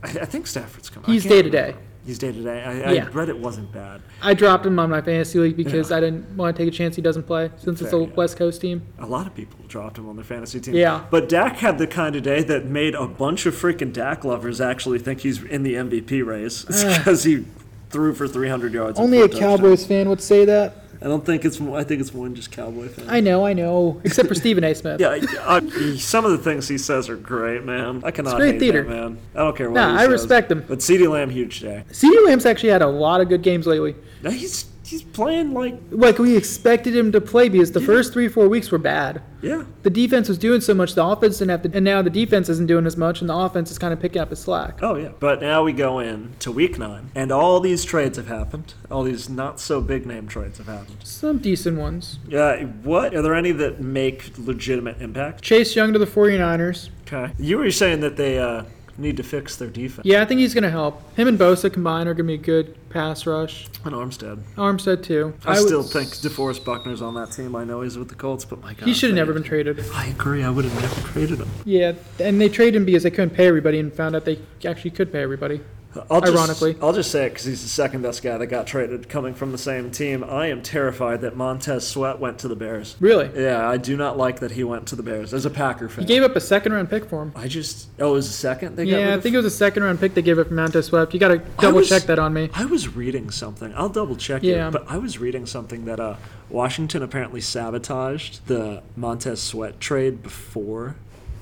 I, I think Stafford's coming.
He's day-to-day.
He's day to day. I, I
Yeah.
read it wasn't bad.
I dropped him on my fantasy league because
Yeah.
I didn't want to take a chance he doesn't play since it's
Fair,
a
yeah.
West Coast team.
A lot of people dropped him on their fantasy team.
Yeah.
But Dak had the kind of day that made a bunch of freaking Dak lovers actually think he's in the MVP
*sighs*
race because he threw for 300 yards. and
Only
four
a
touchdowns.
Cowboys fan would say that.
I don't think it's. more- I think it's more than just Cowboy fans.
*laughs* I know, I know. Except for Stephen A. Smith.
*laughs* yeah, I, I, some of the things he says are great, man. I cannot
great
hate
theater.
that man. I don't care what.
Nah,
he
I
says.
respect him.
But Ceedee Lamb, huge day.
CeeDee Lamb's actually had a lot of good games lately.
Now he's he's playing like
Like we expected him to play because the first three, four weeks were bad.
yeah.
The defense was doing so much, the offense didn't have to, and now the defense isn't doing as much, and the offense is kind of picking up its slack.
Oh yeah. But now we go in to week nine, and all these trades have happened. All these not so big name trades have happened.
Some decent ones.
Yeah. Uh, What are there any that make legitimate impact?
Chase Young to the 49ers.
Okay. You were saying that they uh, need to fix their defense.
Yeah, I think he's going to help. Him and Bosa combined are going to be a good pass rush.
And Armstead.
Armstead, too.
I,
would-
still think DeForest Buckner's on that team. I know he's with the Colts, but my God,
He should have
they-
never been traded.
I agree. I would have never traded him.
Yeah, and they traded him because they couldn't pay everybody and found out they actually could pay everybody.
I'll just,
Ironically.
I'll just say it because he's the second best guy that got traded, coming from the same team. I am terrified that Montez Sweat went to the Bears.
Really?
Yeah, I do not like that he went to the Bears as a Packer fan.
He gave up a second round pick for him.
I just oh, it was the second they got.
Yeah,
rid
I
of?
think it was a second round pick they gave up for Montez Sweat. You got to double
was-
check that on me.
I was reading something. I'll double check
Yeah.
it, but I was reading something that uh, Washington apparently sabotaged the Montez Sweat trade before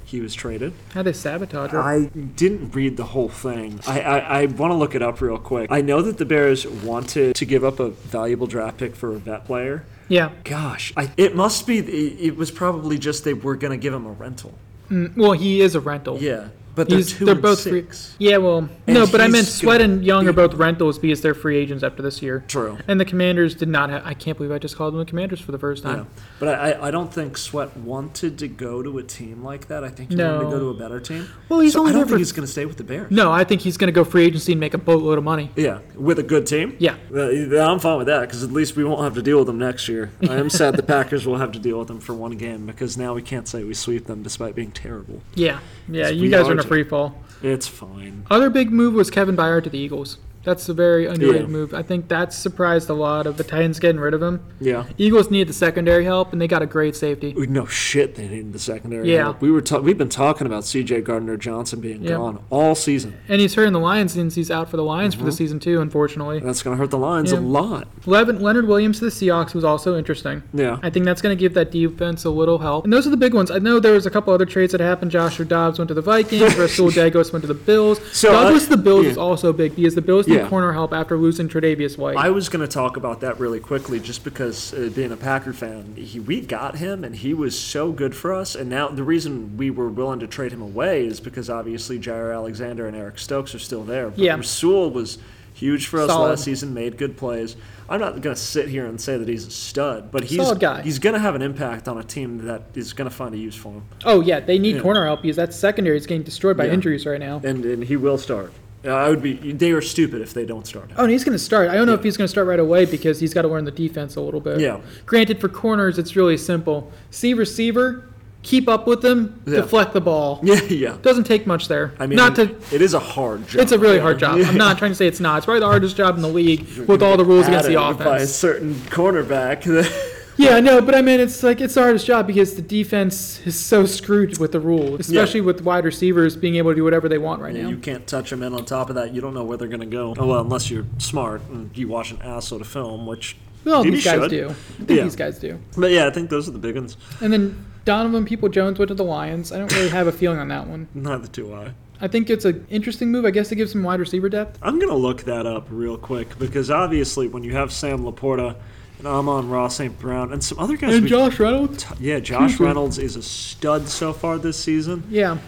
he was traded.
How they sabotage it.
I didn't read the whole thing. I, I, I want to look it up real quick. I know that the Bears wanted to give up a valuable draft pick for a vet player.
Yeah.
Gosh, I, it must be. It, it was probably just they were going to give him a rental.
Mm, Well, he is a rental.
Yeah, but they're
He's,
2
they're
and
both free.
six.
Yeah, well, no, but I
he's
meant Sweat
gonna
and Young are
be-
both rentals because they're free agents after this year.
True.
And the Commanders did not have. I can't believe I just called them the Commanders for the first
I
time.
know. But I, I, I don't think Sweat wanted to go to a team like that. I think he wanted
No.
to go to a better team.
Well, he's
so
only
I don't
there
think
for-
he's going to stay with the Bears.
No, I think he's going to go free agency and make a boatload of money.
Yeah, with a good team.
Yeah.
Uh, I'm fine with that because at least we won't have to deal with them next year. I am sad the Packers will have to deal with them for one game because now we can't say we sweep them despite being terrible.
Yeah. Yeah,
It's
you guys are in a
reality.
free fall.
It's fine.
Other big move was Kevin Byard to the Eagles. That's a very underrated
Yeah.
move. I think that surprised a lot of the Titans getting rid of him.
Yeah.
Eagles needed the secondary help, and they got a great safety.
We- No shit, they need the secondary.
Yeah.
help. we were ta- we've been talking about C.J. Gardner Johnson being
Yeah.
gone all season.
And he's hurting the Lions since he's out for the Lions
Mm-hmm.
for the season too, unfortunately.
And that's going to hurt the Lions
Yeah.
a lot.
Levin, Leonard Williams to the Seahawks was also interesting.
Yeah,
I think that's going to give that defense a little help. And those are the big ones. I know there was a couple other trades that happened. Joshua Dobbs went to the
*laughs*
Vikings. Rasul Dagos went to the Bills.
So,
Douglas
uh,
to the Bills
yeah.
is also big because the Bills need
Yeah.
corner help after losing Tre'Davious White.
I was going to talk about that really quickly, just because uh, being a Packer fan, he, we got him, and he was so good for us. And now the reason we were willing to trade him away is because obviously Jair Alexander and Eric Stokes are still there. But
Yeah.
Rasul was huge for us
Solid.
last season, made good plays. I'm not going to sit here and say that he's a stud, but he's
Solid guy.
he's going to have an impact on a team that is going to find a use for him,
oh yeah, they need
Yeah.
corner help because that secondary is getting destroyed by
Yeah.
injuries right now.
and and he will start. Uh, I would be they are stupid if they don't start him. *laughs*
Oh, and he's going to start. I don't know if
Yeah.
he's going to start right away because he's got to learn the defense a little bit.
Yeah.
Granted, for corners, it's really simple. See receiver, keep up with them,
Yeah.
deflect the ball.
Yeah, yeah.
Doesn't take much there.
I mean,
not to.
it is a hard job.
It's a really
yeah.
hard job.
*laughs* Yeah.
I'm not trying to say it's not. It's probably the hardest job in the league with
You're
all the rules
gonna
against
get
the
battered by a
offense.
certain *laughs* cornerback.
Yeah, no, but I mean, it's like it's the hardest job because the defense is so screwed with the rule, especially with wide receivers being able to do whatever they want right
Yeah,
now.
you can't touch them, and on top of that, you don't know where they're going to go. Oh, well, unless you're smart and you watch an assload of film, which
well,
maybe
these guys
should.
do. I think
Yeah.
these guys do.
But yeah, I think those are the big ones.
And then Donovan People Jones went to the Lions. I don't really have a feeling on that one.
Neither do I.
I think it's an interesting move. I guess to give some wide receiver depth.
I'm going to look that up real quick because obviously, when you have Sam Laporta and Amon Ross St. Brown and some other guys,
And
we-
Josh Reynolds.
yeah, Josh
Cooper.
Reynolds is a stud so far this season.
Yeah,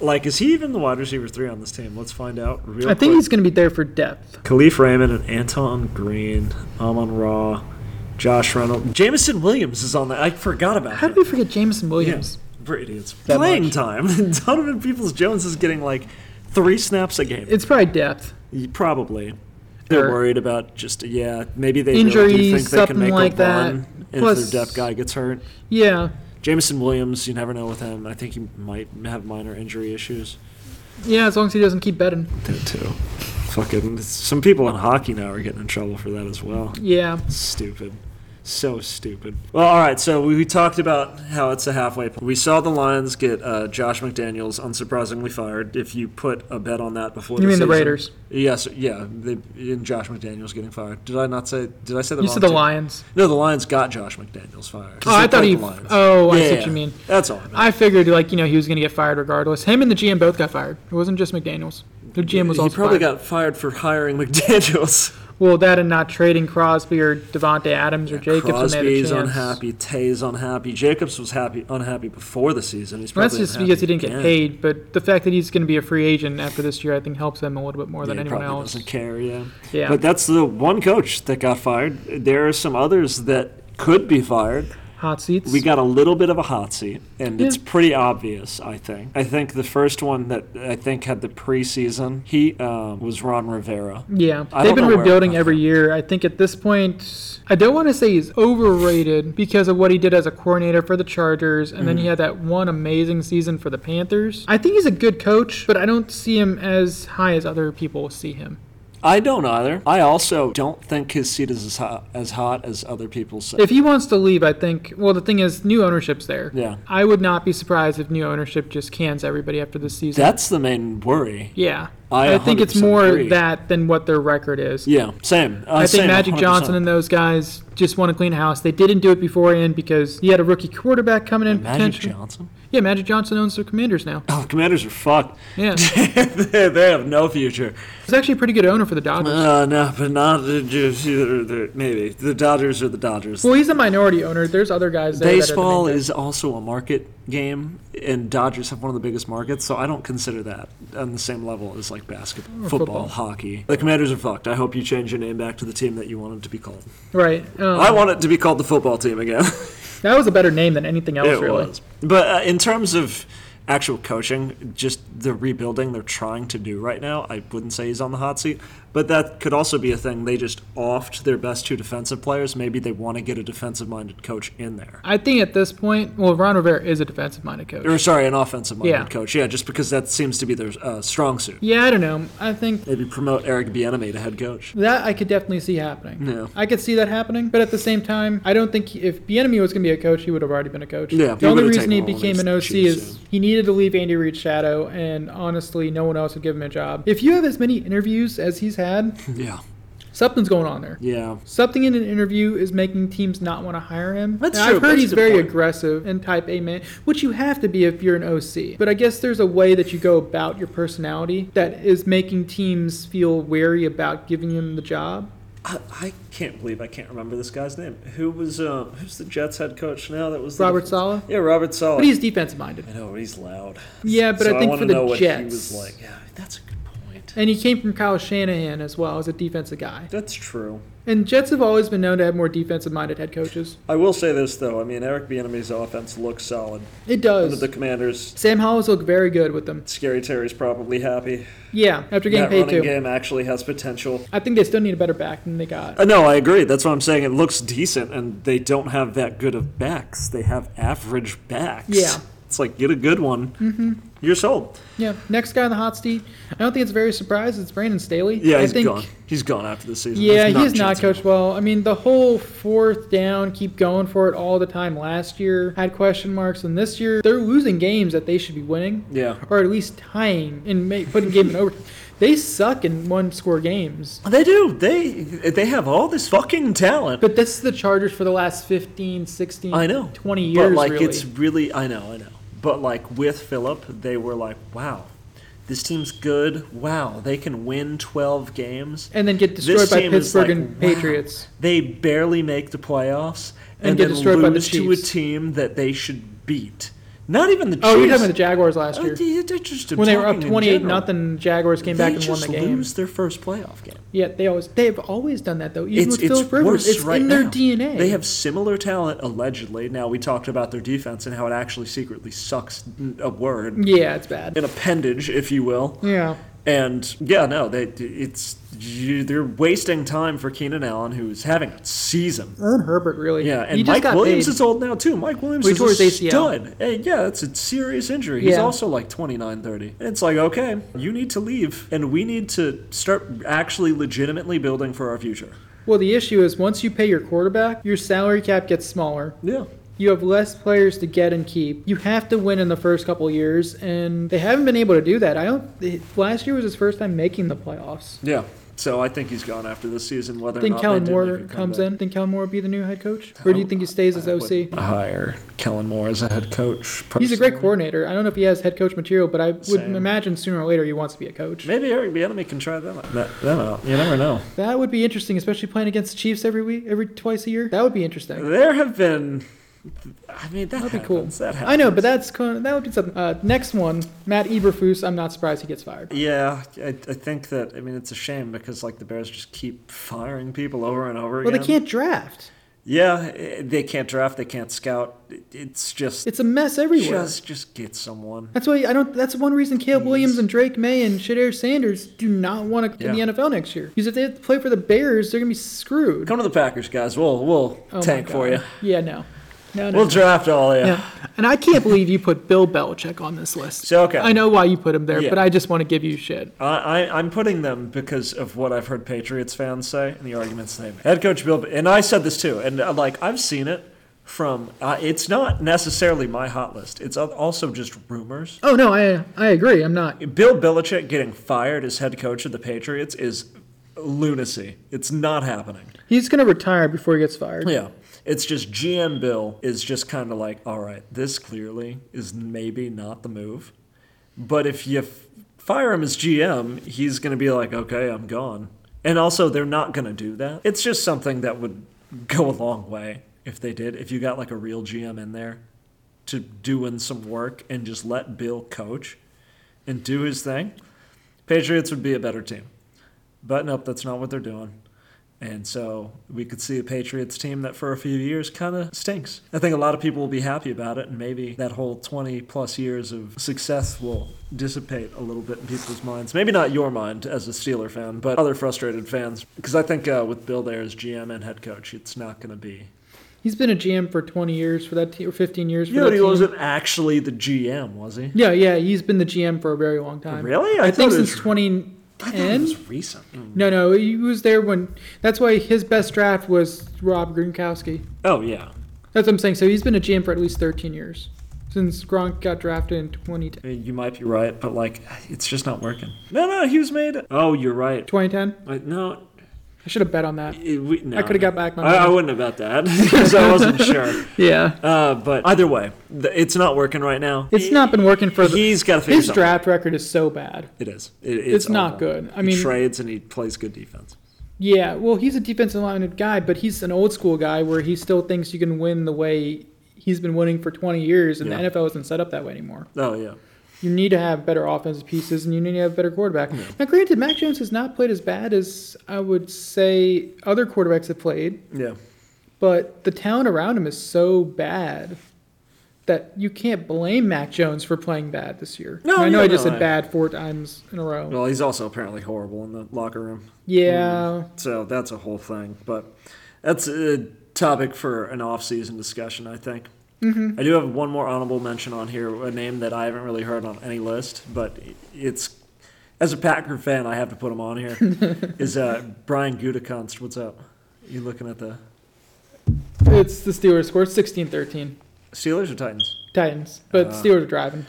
Like, is he even the wide receiver three on this team? Let's find out
I
real quick.
think he's going to be there for depth.
Khalif Raymond and Anton Green, Amon Ra, Josh Reynolds, Jamison Williams is on that. I forgot about
How
him.
do we forget Jameson Williams?
Yeah, we're idiots.
That
Playing
much.
time. *laughs* Donovan Peoples Jones is getting like three snaps a game.
It's probably depth.
You- Probably. They're
Or-
worried about just yeah, maybe they really do
Injuries,
think they can
something
make
like
a
that.
run
Plus-
if their depth guy gets hurt.
Yeah,
Jamison Williams, you never know with him. I think he might have minor injury issues.
yeah. As long as he doesn't keep betting.
That too. Fucking some people in hockey now are getting in trouble for that as well.
Yeah.
Stupid. So stupid. Well, all right. So we, we talked about how it's a halfway point. We saw the Lions get uh, Josh McDaniels unsurprisingly fired. If you put a bet on that before,
You
the
mean the
season.
Raiders?
Yes. Yeah. They, and Josh McDaniels getting fired. Did I not say? Did I say the?
You
wrong
said the
team?
Lions.
No, the Lions got Josh McDaniels fired. 'cause
Oh, I
they
thought
played
he-
the Lions.
oh, I see
Yeah,
what you mean.
That's all. I meant.
I figured, like, you know, he was going to get fired regardless. Him and the GM both got fired. It wasn't just McDaniels. The GM was
he
also
probably
fired.
got fired for hiring McDaniels.
well, that and not trading Crosby or Devontae Adams or *laughs* Jacobs when they had a
Crosby's
chance.
unhappy. Tay's unhappy. Jacobs was happy, unhappy before the season. He's
Well,
probably
that's just
unhappy
because he didn't get
again.
paid, but the fact that he's going to be a free agent after this year, I think, helps them a little bit more
Yeah,
than
he
anyone
probably
else.
doesn't care. Yeah.
Yeah.
But that's the one coach that got fired. There are some others that could be fired.
Hot seats.
We got a little bit of a hot seat, and it's
Yeah.
pretty obvious. I think. I think the first one that I think had the preseason. He um, was Ron Rivera.
yeah,
I
they've
don't
been
know where-
rebuilding every year. I think at this point, I don't want to say he's overrated because of what he did as a coordinator for the Chargers, and
Mm.
then he had that one amazing season for the Panthers. I think he's a good coach, but I don't see him as high as other people see him.
I don't either. I also don't think his seat is as hot as, hot as other people say.
If he wants to leave, I think. Well, the thing is, new ownership's there.
Yeah.
I would not be surprised if new ownership just cans everybody after this season.
that's the main worry.
Yeah.
I
I, think it's
100%
more
agree.
that than what their record is.
Yeah, same. Uh,
I think
same,
Magic Johnson
100%.
and those guys just want to clean house. They didn't do it beforehand because he had a rookie quarterback coming in.
Magic
potentially.
Johnson.
Yeah, Magic Johnson owns the Commanders
*laughs*
now.
Oh, Commanders are fucked. *laughs*
Yeah.
they, they have no future.
He's actually a pretty good owner for the Dodgers.
Uh, no, but not the Dodgers either. They're- Maybe the Dodgers are the Dodgers.
Well, he's a minority owner. There's other guys there.
Baseball
that are
is also a market game, and Dodgers have one of the biggest markets, so I don't consider that on the same level as like basketball, football,
football.
hockey. The Commanders are fucked. I hope you change your name back to the team that you wanted to be called.
the right. Um,
I want it to be called the football team again. *laughs*
that was a better name than anything else,
It
really.
was. But uh, in terms of actual coaching, just the rebuilding they're trying to do right now, I wouldn't say he's on the hot seat. But that could also be a thing. They just offed their best two defensive players. Maybe they want to get a defensive minded coach in there.
I think at this point, well, Ron Rivera is a defensive-minded coach.
Or, sorry, an offensive minded
Yeah.
coach. Yeah, just because that seems to be their uh, strong suit.
yeah, I don't know. I think
Maybe promote Eric Bieniemy to head coach.
That I could definitely see happening. *laughs*
Yeah.
I could see that happening, but at the same time, I don't think if Bienemy was going to be a coach, he would have already been a coach.
Yeah, he
the only
would've
reason
taken
he
all of
became
his
an OC
chiefs,
is
yeah.
he needed to leave Andy Reid's shadow, and honestly, no one else would give him a job. If you have as many interviews as he's
*laughs*
had,
Yeah.
something's going on there.
Yeah.
Something in an interview is making teams not want to hire him.
That's
And
true,
I've heard
that's a
he's
good
very
point.
aggressive and type A man, which you have to be if you're an OC. But I guess there's a way that you go about your personality that is making teams feel wary about giving him the job.
I, I can't believe I can't remember this guy's name. Who was uh, who's the Jets head coach now? That was the
Robert Sala.
Yeah, Robert Sala.
But he's defensive minded.
I know, but he's loud.
Yeah, but
So
I think
wanna
for the
know
Jets,
What he was like. Yeah, that's a good point. right.
And he came from Kyle Shanahan as well as a defensive guy.
That's true.
And Jets have always been known to have more defensive minded head coaches.
I will say this though. I mean, Eric Bieniemy's offense looks solid.
It
Under
does.
the Commanders,
Sam Howell's looked very good with them.
Scary Terry's probably happy.
Yeah, after getting
That
paid
running
too.
game actually has potential.
I think they still need a better back than they got.
Uh, no, I agree. That's what I'm saying. It looks decent, and they don't have that good of backs. They have average backs.
Yeah.
It's like get a good one. Mm-hmm. You're sold.
Yeah, next guy on the hot seat. I don't think it's very surprised. It's Brandon Staley.
Yeah,
I
he's
think,
gone. He's gone after the season.
Yeah,
There's
he has not
chancing.
coached well. I mean, the whole fourth down, keep going for it all the time last year had question marks, and this year they're losing games that they should be winning,
Yeah.
or at least tying and ma- putting game in *laughs* overtime. They suck in one score games.
They do. They they have all this fucking talent.
But this is the Chargers for the last 15, 16,
I know.
20 years.
But like
really.
it's really I know, I know. But like with Philip, they were like, Wow, this team's good. Wow, they can win twelve games.
and then get destroyed
this
by
team is
Pittsburgh
like,
and
wow.
Patriots.
They barely make the playoffs and,
And get
then
destroyed by the
lose to a
Chiefs.
team that they should beat. Not even the Chiefs.
Oh, you're talking about the Jaguars last year. when they were up 28 nothing, Jaguars came back and won the game.
lose their first playoff game.
Yeah, they always they've always done that though. Even
It's,
with Philip
it's
Rivers,
worse
it's
right
in their
now.
DNA.
They have similar talent allegedly. Now we talked about their defense and how it actually secretly sucks a word,
yeah, it's bad.
an appendage, if you will.
Yeah,
And yeah, no, they it's you, they're wasting time for Keenan Allen, who's having a season.
Ern Herbert really.
Yeah,
he
and
just
Mike
got
Williams
paid.
is old now too. Mike Williams
Well, he tore
is
his
a
ACL.
stud. Hey, yeah, that's a serious injury. He's
Yeah.
also like 29, 30. And it's like, okay, you need to leave, and we need to start actually legitimately building for our future.
Well, the issue is once you pay your quarterback, your salary cap gets smaller.
Yeah.
You have less players to get and keep. You have to win in the first couple years, and they haven't been able to do that. I don't. It, last year was his first time making the playoffs.
Yeah. So I think he's gone after this season. Whether
think
or not
Kellen
they do
Moore
make a
comes
comeback.
in? Think Kellen Moore will be the new head coach, or do you think he stays as
I
OC?
would hire Kellen Moore as a head coach.
He's a great
personally.
coordinator. I don't know if he has head coach material, but I would
Same.
imagine sooner or later he wants to be a coach.
Maybe Eric Bieniemy can try them that, them out. You never know.
That would be interesting, especially playing against the Chiefs every week, every twice a year. That would be interesting.
There have been. I mean, that
That'd be
happens.
cool.
That happens.
I know, but that's kind of- that would be something. Uh, next one, Matt Eberflus. I'm not surprised he gets fired.
Yeah, I, I think that. I mean, it's a shame because like the Bears just keep firing people over and over
Well,
again.
they can't draft.
Yeah, eh, they can't draft. They can't scout. It- It's just.
It's a mess everywhere.
just just get someone.
that's why I don't. That's one reason Caleb Williams and Drake May and Shader Sanders do not want to
Yeah.
in the NFL next year. Because if they have to play for the Bears, they're gonna be screwed.
Come to the Packers, guys. We'll we'll
Oh my
tank for you.
God. Yeah, no, no, no.
We'll draft all of you.
Yeah. And I can't believe you put Bill Belichick on this list.
So, okay.
I know why you put him there,
Yeah.
but I just want to give you shit.
I, I, I'm putting them because of what I've heard Patriots fans say and the arguments they make. Head coach Bill, and I said this too, and uh, like I've seen it from. Uh, it's not necessarily my hot list. It's al- also just rumors.
Oh no, I I agree. I'm not.
Bill Belichick getting fired as head coach of the Patriots is lunacy. It's not happening.
He's gonna retire before he gets fired.
Yeah. It's just GM Bill is just kind of like, all right, this clearly is maybe not the move. But if you f- fire him as GM, he's going to be like, okay, I'm gone. And also, they're not going to do that. It's just something that would go a long way if they did. If you got like a real GM in there to doing some work and just let Bill coach and do his thing, Patriots would be a better team. But nope, that's not what they're doing. And so we could see a Patriots team that for a few years kind of stinks. I think a lot of people will be happy about it, and maybe that whole 20 plus years of success will dissipate a little bit in people's minds. Maybe not your mind as a Steeler fan, but other frustrated fans. Because I think uh, with Bill there as GM and head coach, it's not going to be.
He's been a GM for 20 years for that team, or 15 years for
Yeah,
that
but he
team.
wasn't actually the GM, was he?
Yeah, yeah. He's been the GM for a very long time.
Really?
I,
I
think
thought it was-
since
I thought it
2010.
was recent.
No, no, he was there when. That's why his best draft was Rob Gronkowski.
Oh, yeah.
That's what I'm saying. So he's been a GM for at least 13 years since Gronk got drafted in 2010.
I mean, You might be right, but like, it's just not working. No, no, he was made. Oh, you're right.
2010.
Like, No,
I should have bet on that.
It- Eh, we- no,
I coulda
no.
got back my
I, I
money.
wouldn't have bet that *laughs* because
*laughs*
I wasn't sure.
Yeah.
Uh, but either way, th- it's not working right now.
It's not been working for the,
He's got to figure
his
something.
draft record is so bad.
It is. It, it's
It's not
awful.
good. I
he
mean-
trades and he plays good defense.
Yeah, well, he's a defensive lineman guy, but he's an old school guy where he still thinks you can win the way he's been winning for 20 years, and
Yeah.
the NFL isn't set up that way anymore.
Oh yeah.
You need to have better offensive pieces, and you need to have better quarterback. Now, granted, Mac Jones has not played as bad as I would say other quarterbacks have played,
Yeah.
but the talent around him is so bad that you can't blame Mac Jones for playing bad this year.
No,
And I know
yeah,
I just
no,
said
I-
bad four times in a row.
Well, he's also apparently horrible in the locker room.
yeah,
So that's a whole thing, but that's a topic for an off-season discussion, I think. I do have one more honorable mention on here, a name that I haven't really heard on any list, but it's as a Packer fan, I have to put him on here. is uh, Brian Gutekunst? What's up? You looking at the mm.
it's the Steelers score 16-13.
Steelers or Titans?
Titans, but
Uh,
Steelers are driving.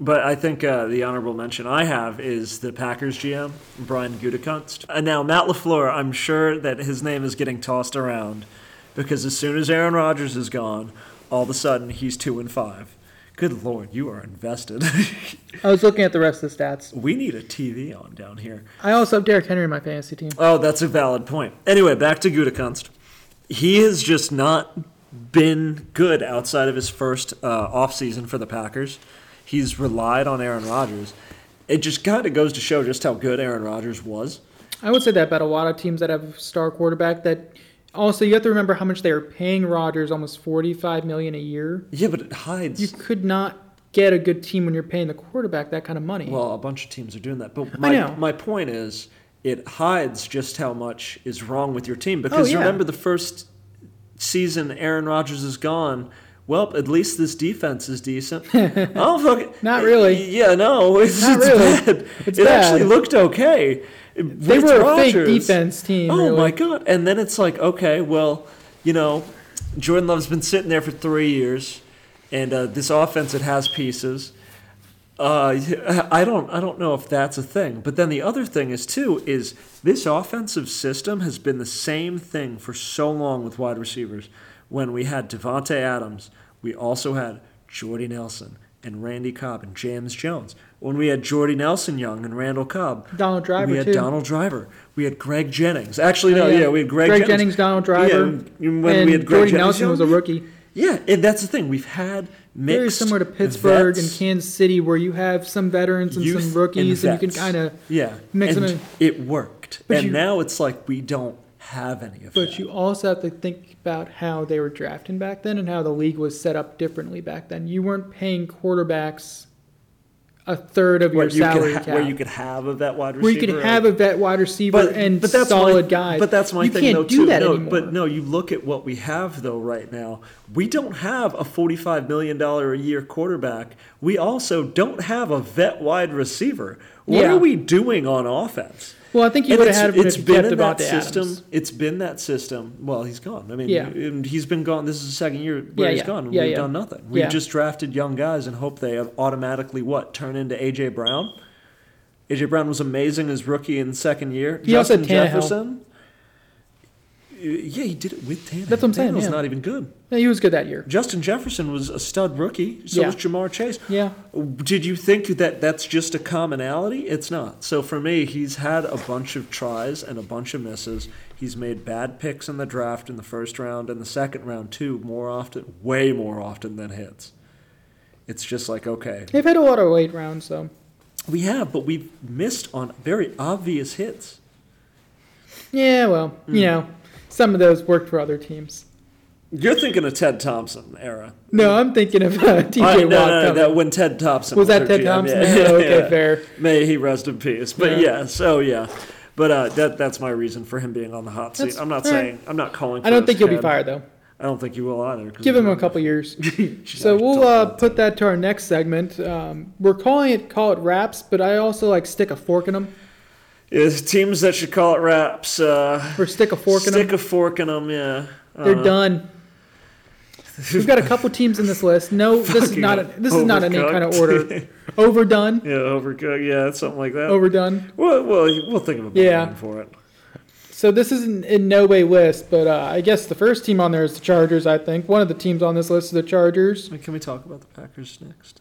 But I think uh, the honorable mention I have is the Packers GM, Brian Gutekunst. And now, Matt LaFleur, I'm sure that his name is getting tossed around because as soon as Aaron Rodgers is gone, all of a sudden he's 2 and 5. Good Lord, you are invested. *laughs*
I was looking at the rest of the stats.
we need a TV on down here.
I also have Derrick Henry in my fantasy team.
Oh, that's a valid point. Anyway, back to Gutekunst. He has just not been good outside of his first uh, offseason for the Packers. He's relied on Aaron Rodgers. It just kind of goes to show just how good Aaron Rodgers was.
I would say that about a lot of teams that have a star quarterback. That also you have to remember how much they are paying Rodgers, almost forty-five million a year.
Yeah, but it
You
hides.
could not get a good team when you're paying the quarterback that kind of money.
Well, a bunch of teams are doing that. But my,
know.
my point is, it hides just how much is wrong with your team. Because
Oh, yeah.
remember the first season Aaron Rodgers is gone. Well, at least this defense
*laughs*
is decent. I don't fucking.
Not really.
Yeah, no, *laughs* it's,
Not
it's
really.
bad.
It's
it actually
bad.
looked okay.
they were a fake defense team.
Oh
really.
my god! And then it's like, okay, well, you know, Jordan Love's been sitting there for three years, and uh, this offense it has pieces. Uh, *laughs* I don't, I don't know if that's a thing. But then the other thing is too is this offensive system has been the same thing for so long with wide receivers. When we had Devonte Adams, we also had Jordy Nelson and Randy Cobb and James Jones. When we had Jordy Nelson young and Randall Cobb,
Donald Driver
we had
too.
Donald Driver. We had Greg Jennings. Actually, no,
Oh,
yeah, we had Greg,
Jennings, Donald Driver,
Yeah, and when
and
we had Greg
Jordy
Jennings
Nelson was a
young.
rookie.
Yeah, and that's the thing. We've had mixed
Very similar to Pittsburgh
vets,
and Kansas City, where you have some veterans and
youth
some rookies, and, you can
vets.
kind of.
yeah
mix
and
'em in.
It worked,
But
and
you-
now it's like we don't have any of
But
that.
you also have to think about how they were drafting back then and how the league was set up differently back then. You weren't paying quarterbacks a third of
where
your
you,
salary
could ha-
cap.
where you could have a vet wide receiver,
where you could have a vet wide receiver
but,
and
but that's
solid
my,
guys.
But that's my
you
thing,
can't
though.
do
too.
that
no,
anymore.
but no, you look at what we have though right now. We don't have a forty-five million dollar a year quarterback. We also don't have a vet wide receiver. What
Yeah.
are we doing on offense?
Well, I think you
And
would have
it's-
had him
it's
if you
been
kept
in that
Devontae
system.
Adams.
It's been that system. Well, he's gone. I mean,
Yeah.
and he's been gone. This is the second year where
Yeah,
he's
yeah.
gone. and
Yeah,
We've
yeah.
done nothing. We've
Yeah.
just drafted young guys and hope they automatically what turn into AJ Brown. AJ Brown was amazing as rookie in second year.
He also
Justin
had Tannehill.
Jefferson. Uh, Yeah, he did it with Tannehill.
That's what I'm saying,
Tannehill's
yeah.
not even good.
No, he was good that year.
Justin Jefferson was a stud rookie. So
Yeah.
was Jamar Chase.
Yeah.
Did you think that that's just a commonality? It's not. So for me, he's had a bunch of tries and a bunch of misses. He's made bad picks in the draft in the first round and the second round too, more often, way more often than hits. It's just like okay,
They've had a lot of late rounds, so
we have, but we've missed on very obvious hits.
yeah. Well,
Hmm.
you know, some of those worked for other teams.
You're thinking of Ted Thompson era.
No, I'm thinking of uh, TJ
Uh,
Watt.
Hmm. no, no, no,
coming.
that when Ted Thompson
was that
our
Ted
GM,
Thompson?
yeah,
Oh, *laughs* okay,
yeah.
fair.
May he rest in peace. But yeah,
Yeah.
so yeah. But uh, that that's my reason for him being on the hot seat.
That's
I'm not
fair.
saying I'm not calling. For
I don't
his
think you'll be
head.
fired though.
I don't think you will either. 'cause
Give him a
he's-
couple
*laughs*
years.
Jeez,
So
I don't
we'll uh,
know.
put that to our next segment. Um, we're calling it "Call It Wraps," but I also like stick a fork in them
Is teams that should call it wraps. Uh,
or stick a fork in
stick
them.
a fork in them. Yeah.
They're
Uh,
done. We've got a couple teams in this list. No, this is
Fucking
not a, this is not in any kind of
overcooked.
order. Overdone,
*laughs* Yeah, overcooked. Yeah, it's something like that.
overdone.
well, well, we'll think of a better
Yeah.
name for it.
So this is in, in no way list, but uh, I guess the first team on there is the Chargers. I think one of the teams on this list is the Chargers.
Can we talk about the Packers next?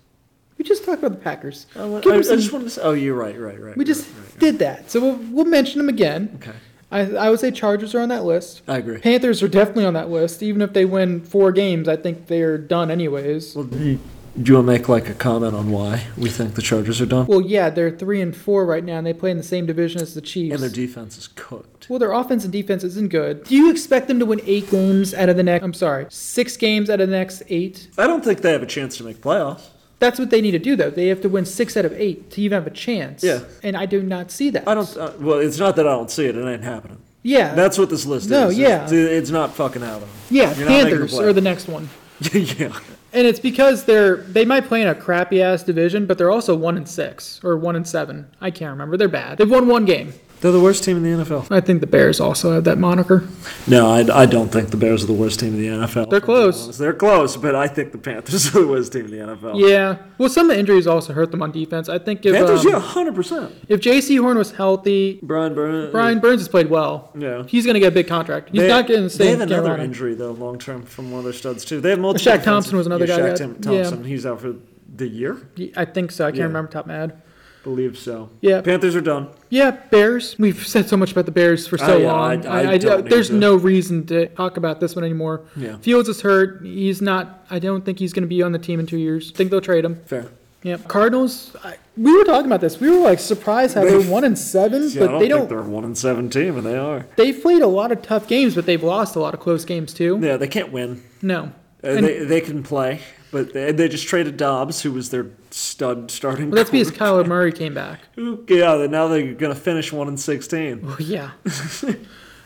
We just talked about the Packers.
I, wa-
Give
I-
her
I
some-
just wanted to. Say, oh, you're right, right, right.
We just
right, right,
did that, so we'll, we'll mention them again.
right. Okay,
I, I would say Chargers are on that list.
I agree.
Panthers are definitely on that list. Even if they win four games, I think they're done anyways.
Well, Do you want to make like a comment on why we think the Chargers are done?
Well, yeah, they're three and four right now, and they play in the same division as the Chiefs.
And their defense is cooked.
well, their offense and defense isn't good. Do you expect them to win eight games out of the next? I'm sorry, six games out of the next eight.
I don't think they have a chance to make playoffs.
That's what they need to do, though. They have to win six out of eight to even have a chance.
Yeah.
And I do not see that.
I don't. Uh, well, it's not that I don't see it. It ain't happening.
Yeah.
That's what this list
No,
is.
yeah.
It's, it's not fucking happening.
yeah.
You're not making the
Panthers are the next one. *laughs*
playoffs. yeah.
And it's because they're they might play in a crappy ass division, but they're also one and six or one and seven. I can't remember. They're bad. They've won one game.
They're the worst team in the NFL.
I think the Bears also have that moniker.
No, I, I don't think the Bears are the worst team in the NFL.
They're
to be honest.
close.
They're close, but I think the Panthers *laughs* are the worst team in the NFL.
Yeah. Well, some of the injuries also hurt them on defense. I think if
Panthers,
um,
yeah, hundred percent.
if J.C. Horn was healthy,
Brian Burns.
Brian Burns has played well.
Yeah.
He's going to get a big contract. He's
They-
not getting the
They
same.
have another
Carolina.
injury though, long term from one of their studs too. They have multiple.
Shaq
defensive-
Thompson was another
yeah,
guy
Shaq
that-
Tim-
yeah.
Thompson. He's out for the year,
I think so. I can't
Yeah.
remember top of my head.
believe so.
Yeah.
Panthers are done.
Yeah, Bears. We've said so much about the Bears for so
I- yeah,
long.
I- I don't need
there's
to.
no reason to talk about this one anymore.
Yeah.
Fields is hurt. He's not. I don't think he's going to be on the team in two years. think they'll trade him.
Fair.
Yeah. Cardinals. I, we were talking about this. We were like surprised how they're
They've-
one and seven,
See, I
but
don't
they
think
don't.
they're a one and seven team, and they are.
They've played a lot of tough games, but they've lost a lot of close games too.
Yeah, they can't win.
No.
Uh,
And-
they they can play, but they, they just traded Dobbs, who was their stud starting.
well, that's
*laughs*
because
quarterback.
Kyler Murray came back.
Ooh, Yeah, they- now they're gonna finish one and sixteen.
Well, yeah.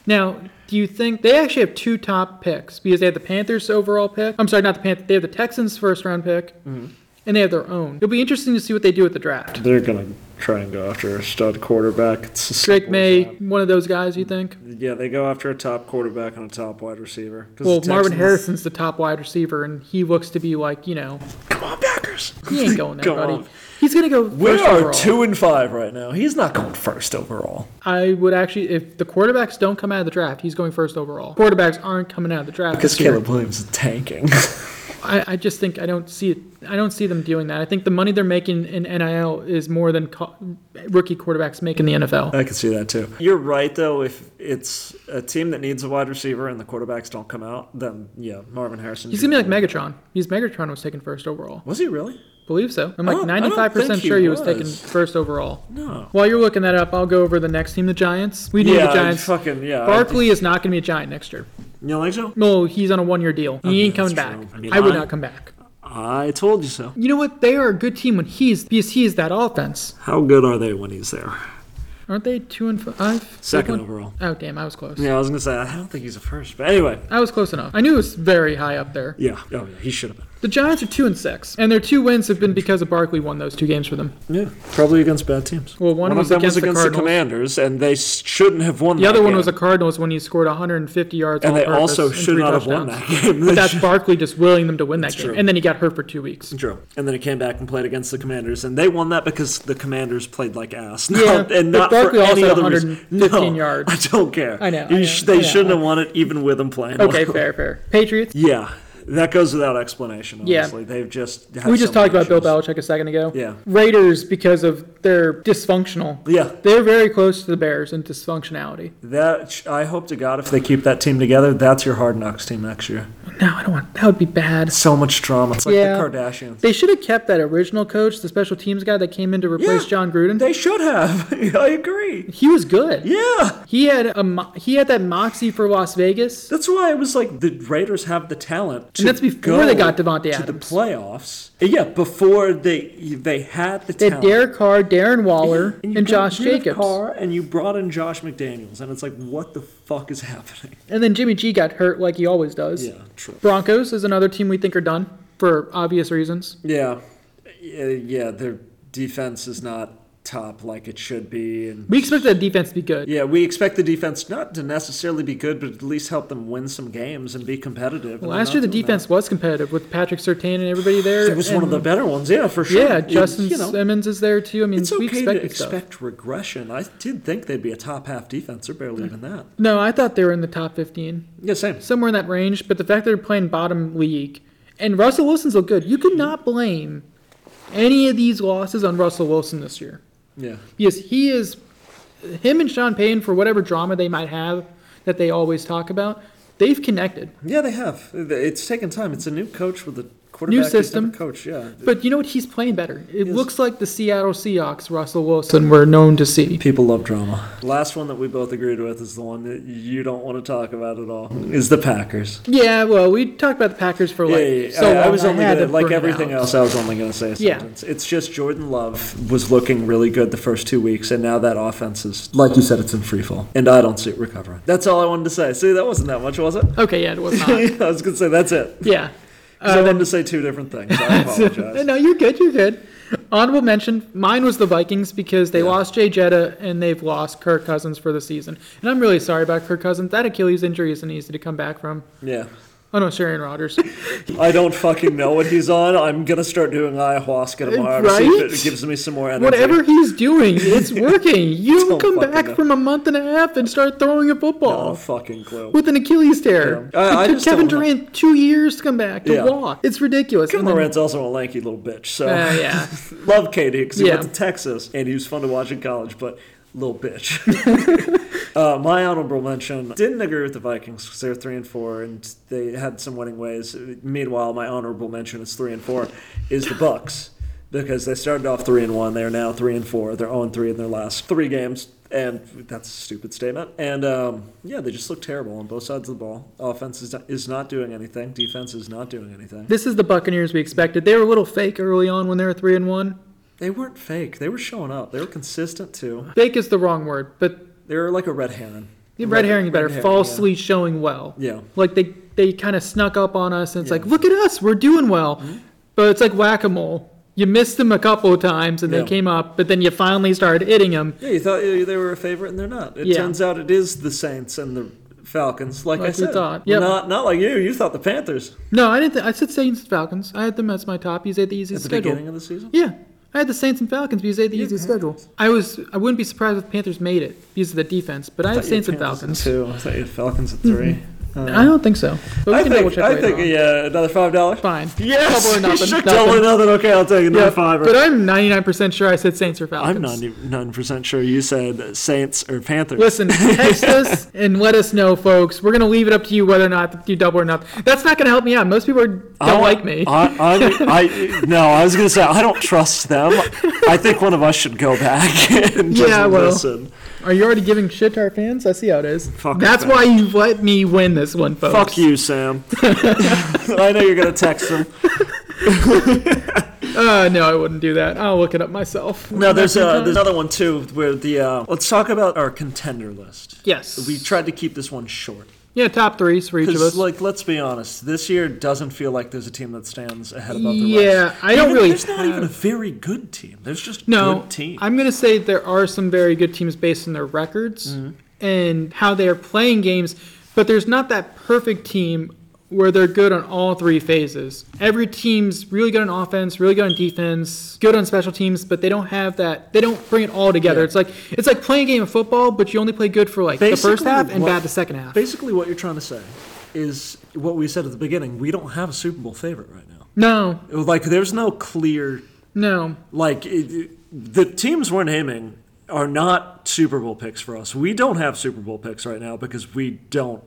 now, do you think they actually have two top picks because they have the Panthers overall pick? I'm sorry, not the Panthers. They have the Texans first round pick,
Mm-hmm.
and they have their own. It'll be interesting to see what they do at the draft.
They're gonna try and go after a stud quarterback. It's as
Drake
simple
May,
as that.
one of those guys,
Mm-hmm.
you think?
Yeah, they go after a top quarterback and a top wide receiver. 'Cause
Well,
the
Marvin
Texans-
Harrison's the top wide receiver, and he looks to be like, you know,
Come on, Packers.
he
*laughs*
ain't going there,
Come
buddy.
on.
He's gonna go
We
first
are
overall.
two and five right now. He's not going first overall.
I would actually, if the quarterbacks don't come out of the draft, he's going first overall. Quarterbacks aren't coming out of the draft
Because
this year.
Caleb Williams is tanking. *laughs*
I, I just think I don't see it. I don't see them doing that. I think the money they're making in NIL is more than co- rookie quarterbacks make in the NFL.
I can see that too. You're right though. If it's a team that needs a wide receiver and the quarterbacks don't come out, then yeah, Marvin Harrison.
He's gonna be like Megatron. He's Megatron was taken first overall.
Was he really?
Believe so. I'm
I
like
don't- I don't
95 percent
think he
sure he was
was.
taken first overall.
No.
While you're looking that up, I'll go over the next team, the Giants. We need
yeah,
the Giants.
fucking yeah.
Barkley is not gonna be a Giant next year.
You know, like so?
No, he's on a one-year deal. He
Okay,
ain't coming
that's
back.
true. I mean,
I would
I-
not come back.
I told you so.
You know what? They are a good team when he's because he is that offense.
How good are they when he's there?
Aren't they two and five? They
Second
won-
overall.
Oh damn, I was close.
Yeah, I was gonna say I don't think he's a first, but anyway.
I was close enough. I knew it was very high up there.
Yeah. Oh yeah, he should have been.
The Giants are two and six, and their two wins have been because of Barkley won those two games for them.
Yeah, probably against bad teams.
Well, one was
of them
against
was
the
against the,
Cardinals.
Commanders, and they s- shouldn't have won.
The
that
other one
game.
was the Cardinals when he scored 150 yards.
and
all
they
purpose
also
and
should
three
not have won
touchdowns.
that game.
But
*laughs*
that's Barkley just willing them to win that
That's
game,
true.
and then he got hurt for two weeks.
True. And then he came back and played against the Commanders, and they won that because the Commanders played like ass. *laughs*
Yeah,
and
but
not
Barkley
for
also
any
had
other reason.
115
no, *laughs*
yards.
I don't care.
I know,
You
I
sh-
know,
they
I know.
shouldn't have won it, even with him playing. *laughs*
Okay,
well.
fair, fair. Patriots.
Yeah, that goes without explanation.
Yeah.
Honestly, they've just had
We just
so many
talked about Bill
issues.
Belichick a second ago.
Yeah.
Raiders because of their dysfunctional.
Yeah,
They're very close to the Bears in dysfunctionality.
that I hope to God if they keep that team together, that's your hard knocks team next year.
No, I don't want. That would be bad.
So much drama. It's like
Yeah.
the Kardashians.
They should have kept that original coach, the special teams guy that came in to replace
Yeah.
John Gruden.
They should have. *laughs* I agree.
He was good.
Yeah.
He had a mo- he had that moxie for Las Vegas.
That's why I was like, the Raiders have the talent. To
And that's before
go
they got Devontae
to
Adams.
the playoffs. Yeah, before they they had the
They had
talent.
Derek Carr, Darren Waller,
you
and,
got
Josh
rid of
Jacobs.
Carr, and you brought in Josh McDaniels, and it's like, what the fuck is *laughs* happening?
And then Jimmy G got hurt like he always does.
Yeah, true.
Broncos is another team we think are done for obvious reasons.
Yeah, yeah, yeah, their defense is not top like it should be, and
We expect that defense to be good.
Yeah, we expect the defense not to necessarily be good, but at least help them win some games and be competitive. and they're
Last year
not
the
doing
defense was competitive with Patrick Sertain and everybody there.
that. It was one of the
and-
better ones, yeah, for sure.
Yeah,
It-
Justin
you know,
Simmons is there too. I mean,
it's
we
okay to
expected stuff.
expect regression. I did think they'd be a top half defense. They're barely even that.
No, I thought they were in the top 15.
Yeah, same.
somewhere in that range. But the fact that they're playing bottom league and Russell Wilson's look good, you could not blame any of these losses on Russell Wilson this year
Yeah,
because he is him and Sean Payton for whatever drama they might have that they always talk about. They've connected.
yeah, they have. It's taken time. It's a new coach with a
New system.
coach. Yeah,
But you know what? He's playing better. It
is.
looks like the Seattle Seahawks Russell Wilson were known to see.
People love drama. Last one that we both agreed with is the one that you don't want to talk about at all. Is the Packers.
Yeah, well, we talked about the Packers for
Yeah,
like
yeah, yeah.
so
I, I
long,
was only
had
gonna,
to
like
burn it
everything
out.
else. I was only going to say a
Yeah.
sentence. It's just Jordan Love was looking really good the first two weeks, and now that offense is, like you said, it's in free fall, and I don't see it recovering. That's all I wanted to say. See, that wasn't that much, was it?
Okay, yeah, it was not.
*laughs* I was going to say that's it. 'Cause
yeah.
I
Uh-huh. Uh,
wanted to say two
*laughs*
different things. I apologize.
no, you're good. You're good. Honorable mention. Mine was the Vikings because they lost Jay Jetta and they've lost Kirk Cousins for the season. And I'm really sorry about Kirk Cousins. That Achilles injury isn't easy to come back from.
yeah,
Oh no, it's Aaron
*laughs*
Rodgers.
I don't fucking know what he's on. I'm going to start doing ayahuasca tomorrow. to See if
Right?
it gives me some more energy.
Whatever he's doing,
*laughs*
it's working. You
Don't
come
fucking
back
know.
from a month and a half and start throwing a
No
football
fucking clue.
with an Achilles tear.
Yeah. I- I
it took
just
Kevin
don't know.
Durant two years to come back to
Yeah.
walk. It's ridiculous. And then-
Morant's also a lanky little bitch, so
Uh, yeah.
*laughs* love KD because he
Yeah.
went to Texas and he was fun to watch in college, but little bitch. *laughs* uh, my honorable mention didn't agree with the Vikings because they're three and four and they had some winning ways. Meanwhile, my honorable mention is three and four is the Bucks because they started off three and one. They are now three and four. They're zero and three in their last three games. And that's a stupid statement. And um, yeah, they just look terrible on both sides of the ball. Offense is, is not doing anything. Defense is not doing anything.
This is the Buccaneers we expected. They were a little fake early on when they were three and one.
They weren't fake. They were showing up. They were consistent too.
Fake is the wrong word, but
They were like a red herring.
the red herring better.
herring,
falsely showing well.
Yeah. yeah.
Like they they kind of snuck up on us, and it's
Yeah. Mm-hmm.
like, look at us, we're doing well. But it's like whack a mole. You missed them a couple of times, and
Yeah.
they came up, but then you finally started hitting them.
Yeah, you thought uh, they were a favorite, and they're not. It
Yeah.
turns out it is the Saints and the Falcons, like,
Like
I
we
said.
thought. Yep.
Not not like you. You thought the Panthers
No, I didn't. Th- I said Saints and Falcons. I had them as my top. You had the
at
easiest
the
schedule.
beginning of the season.
Yeah, I had the Saints and Falcons because they had the easiest schedule. I was I wouldn't be surprised if the Panthers made it because of the defense, but I,
I
had
thought you
Saints
had
and Falcons. Mm-hmm.
at two. I thought you had Falcons at 3
I don't think so. But we
I
can double
think.
check
I
later
think.
on.
Yeah, another five dollars.
Fine.
Yes. *laughs*
Double or nothing.
Sure,
Nothing.
Double or nothing. Okay, I'll take another
Yeah,
five.
but uh, I'm 99% sure I said Saints or Falcons.
I'm 99 percent sure you said Saints or Panthers. *laughs*
Listen, text us and let us know, folks. We're gonna leave it up to you whether or not you double or not. That's not gonna help me out. Most people are, don't
I-
like me.
I, I, *laughs* I, no, I was gonna say I don't trust them. I think one of us should go back *laughs* and just
Yeah, I will.
listen.
are you already giving shit to our fans? I see how it is.
Fuck
That's
fans.
why you let me win this one, folks.
Fuck you, *laughs* Sam. I know you're gonna text them.
Uh, no, I wouldn't do that. I'll look it up myself.
No, there's uh, *laughs* there's another one too where the uh, let's talk about our contender list.
yes.
We tried to keep this one short.
yeah, top threes for each of us.
Because, like, let's be honest, this year doesn't feel like there's a team that stands ahead above the
Yeah,
rest.
I don't
Even-
really
There's not even a
have-
very good team. There's just
no,
good team.
I'm gonna say there are some very good teams based on their records
Mm-hmm.
and how they are playing games, but there's not that perfect team where they're good on all three phases. Every team's really good on offense, really good on defense, good on special teams, but they don't have that. They don't bring it all together.
Yeah.
It's like it's like playing a game of football, but you only play good for like the first
Basically,
half and
what-
bad the second half.
Basically, what you're trying to say is what we said at the beginning. We don't have a Super Bowl favorite right now.
No,
Like, there's no clear.
no.
Like, it, it- the teams we're naming are not Super Bowl picks for us. We don't have Super Bowl picks right now because we don't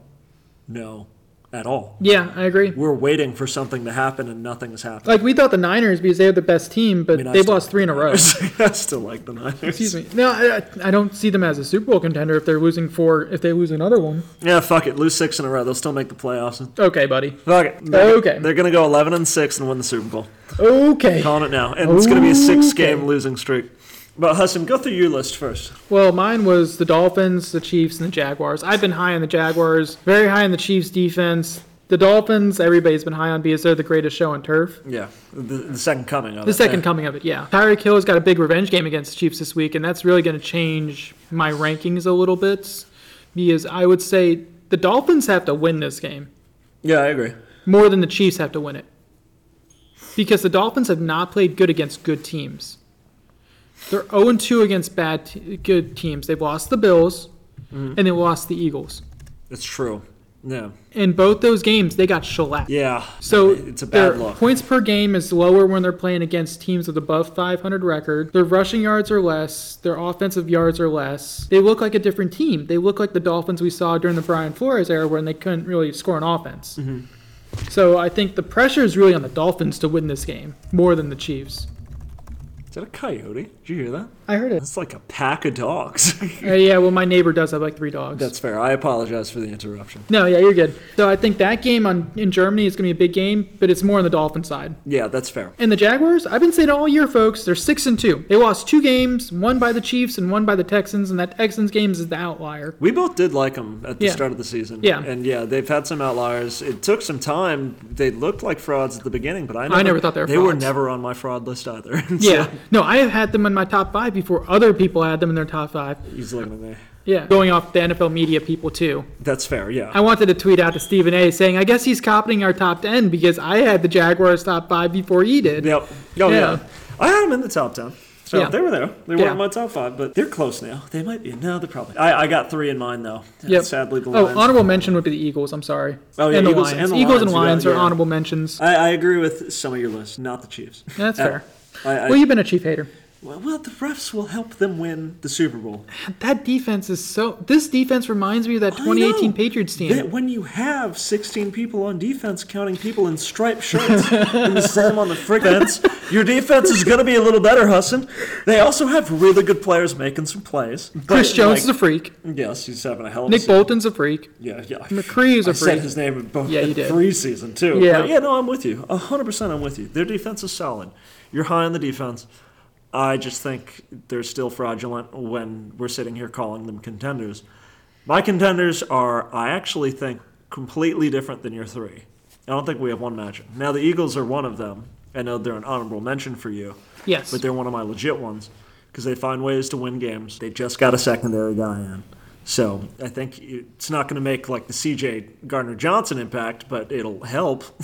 know at all.
Yeah, I agree.
We're waiting for something to happen, and nothing has happened.
Like we thought the Niners because they have the best team, but
I mean, I
they've
still
lost
like
three in a
the
row.
Niners. *laughs* I still like the Niners.
Excuse me. No, I, I- I don't see them as a Super Bowl contender if they're losing four. If they lose another one,
Yeah, fuck it. Lose six in a row. They'll still make the playoffs.
okay, buddy.
Fuck it.
Okay.
They're gonna go 11 and six and win the Super Bowl.
Okay.
Calling it now. And it's going to be a six game
Okay.
losing streak. But Hassan, go through your list first.
Well, mine was the Dolphins, the Chiefs, and the Jaguars. I've been high on the Jaguars, very high on the Chiefs defense. The Dolphins, everybody's been high on because they're the greatest show on turf.
Yeah. The, the second coming of
The
it.
second coming of it, yeah. Tyreek Hill has got a big revenge game against the Chiefs this week, and that's really going to change my rankings a little bit. Because I would say the Dolphins have to win this game.
Yeah, I agree.
more than the Chiefs have to win it. Because the Dolphins have not played good against good teams. They're 0 2 against bad te- good teams. They've lost the Bills and they lost the Eagles.
It's true. Yeah.
In both those games, they got shellacked.
Yeah.
So
it's a bad
their
look.
points per game is lower when they're playing against teams with above 500 record. Their rushing yards are less. Their offensive yards are less. They look like a different
Mm-hmm.
team. They look like the Dolphins we saw during the Brian Flores era when they couldn't really score an offense. So I think the pressure is really on the Dolphins to win this game more than the Chiefs.
Is that a coyote? Did you hear that?
I heard it.
That's like a pack of dogs. *laughs*
Uh, yeah, well, my neighbor does have like three dogs.
That's fair. I apologize for the interruption.
no, yeah, you're good. So I think that game on in Germany is going to be a big game, but it's more on the Dolphin side.
Yeah, that's fair.
And the Jaguars, I've been saying all year, folks, they're six and two. They lost two games, one by the Chiefs and one by the Texans, and that Texans game is the outlier.
We both did like them at the
Yeah.
start of the season.
Yeah.
And yeah, they've had some outliers. It took some time. They looked like frauds at the beginning, but I never,
never thought they were
were
frauds.
never on my fraud list either. *laughs* So
Yeah, no, I have had them in my top five before other people had them in their top five.
Easily when they.
Yeah, going off the NFL media people too.
That's fair, yeah.
I wanted to tweet out to Stephen A. saying, I guess he's copying our top 10 because I had the Jaguars top five before he did.
Yep. Oh, yeah.
Yeah.
I had them in the top 10. So
Yeah.
they were there. They weren't
Yeah.
in my top five, but they're close now. They might be. No, they're probably. I, I got three in mind, though.
Yep.
Sadly, the
Oh,
Lions.
honorable mention would be the Eagles. I'm sorry.
Oh, yeah,
and the
Eagles
Lions.
and the
Eagles
Lions,
and
you got-
Lions are
yeah.
honorable mentions.
I, I agree with some of your lists, not the Chiefs.
That's
Uh,
fair.
I, I,
well, you've been a Chief hater.
well, well, the refs will help them win the Super Bowl.
That defense is so. This defense reminds me of that
I
2018
know.
Patriots team.
That when you have 16 people on defense counting people in striped shirts *laughs* and the same on the frick fence, your defense is going to be a little better, Husson. They also have really good players making some plays. But
Chris Jones is a
like,
freak.
Yes, he's having a hell of a
Nick
season.
Bolton's a freak.
Yeah, yeah.
McCree is a
I said
freak.
his name in both
Yeah, you
in
did.
preseason, too.
Yeah.
But yeah, no, I'm with you. 100% I'm with you. Their defense is solid. You're high on the defense. I just think they're still fraudulent when we're sitting here calling them contenders. My contenders are, I actually think, completely different than your three. I don't think we have one matchup. Now, the Eagles are one of them. I know they're an honorable mention for you,
Yes.
but they're one of my legit ones because they find ways to win games. They just got a secondary guy in. So I think it's not going to make like the CJ Gardner Johnson impact, but it'll help. *laughs*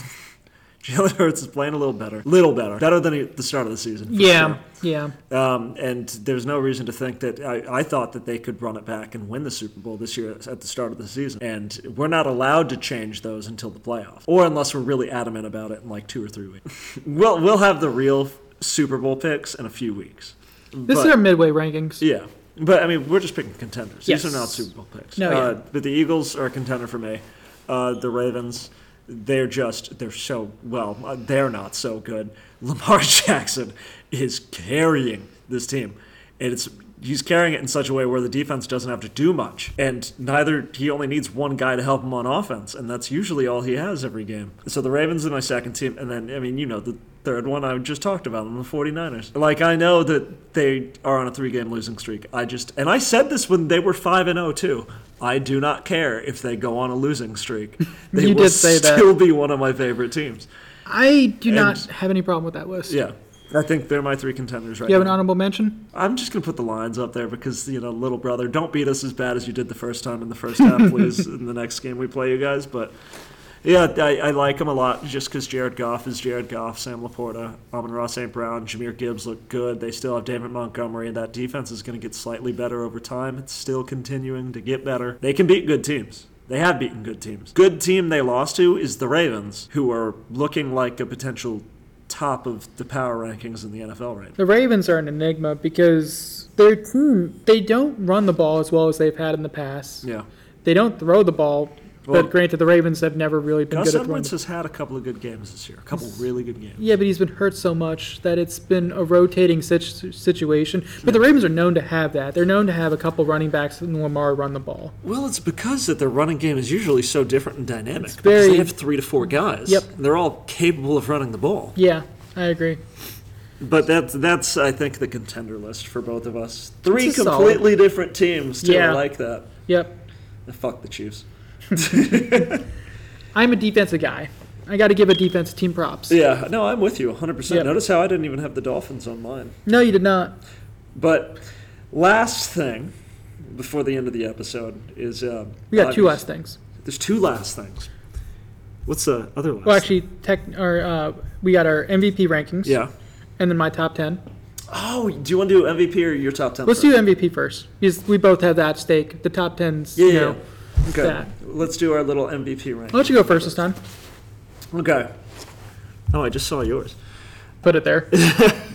Jalen Hurts is playing a little better, little better, better than at the start of the season. for
yeah,
sure.
yeah.
Um, and there's no reason to think that I, I thought that they could run it back and win the Super Bowl this year at the start of the season. And we're not allowed to change those until the playoffs, or unless we're really adamant about it in like two or three weeks. *laughs* we'll we'll have the real Super Bowl picks in a few weeks.
This
Mm, but,
is our midway rankings.
yeah. But I mean, we're just picking contenders.
Yes.
These are not Super Bowl picks.
No,
uh,
yeah.
But the Eagles are a contender for me. Uh, the Ravens, they're just they're so well. Uh, they're not so good. *laughs* Lamar Jackson is carrying this team, and it's he's carrying it in such a way where the defense doesn't have to do much, and neither he only needs one guy to help him on offense, and that's usually all he has every game. So the Ravens are my second team, and then I mean you know the third one I just talked about them, the 49ers. Like I know that they are on a three-game losing streak. I just and I said this when they were 5 and 0 too. I do not care if they go on a
*laughs*
losing streak. They
You
will
did say that.
still be one of my favorite teams.
I do not
And-
have any problem with that list.
Yeah. I think they're my three contenders right
You have an
now.
honorable mention?
I'm just going to put the lines up there because, you know, little brother, don't beat us as bad as you did the first time in the first half, please, in the next game we play you guys. But, yeah, I, I like him a lot just because Jared Goff is Jared Goff, Sam Laporta, Amon Ross St. Brown, Jameer Gibbs look good. They still have David Montgomery, and that defense is going to get slightly better over time. It's still continuing to get better. They can beat good teams. They have beaten good teams. Good team they lost to is the Ravens, who are looking like a potential top of the power rankings in the NFL right now.
The Ravens are an enigma because their team they don't run the ball as well as they've had in the past.
Yeah.
They don't throw the ball.
Well-
but granted, the Ravens have never really been
Gus
good at throwing.
Edwards
The-
has had a couple of good games this year, a couple really good games.
yeah, but he's been hurt so much that it's been a rotating situ- situation. But the Ravens are known to have that. They're known to have a couple running backs and Lamar run the ball.
Well, it's because that their running game is usually so different and dynamic. because
very-
they have three to four guys.
Yep.
They're all capable of running the ball.
Yeah, I agree.
But that's that's I think the contender list for both of us. Three
It's a solid-
completely different teams too. I
Yeah.
like that.
Yep,
Fuck the Chiefs.
I'm a defensive guy. I got to give a defense team props.
Yeah, no, I'm with you 100%.
Yep.
Notice how I didn't even have the Dolphins on mine.
No, you did not.
But last thing before the end of the episode is um,
We got two
obvious-
last things.
There's two last things. What's the other last?
Well, actually, tech or uh, we got our MVP rankings.
yeah.
And then my top ten.
Oh, do you want to do MVP or your top 10
Let's
first?
do MVP first because we both have that at stake. The top tens.
Yeah,
you
yeah.
know.
yeah. Okay.
that.
Let's do our little MVP rank.
I'll let you go first this time.
Okay. Oh, I just saw yours.
Put it there.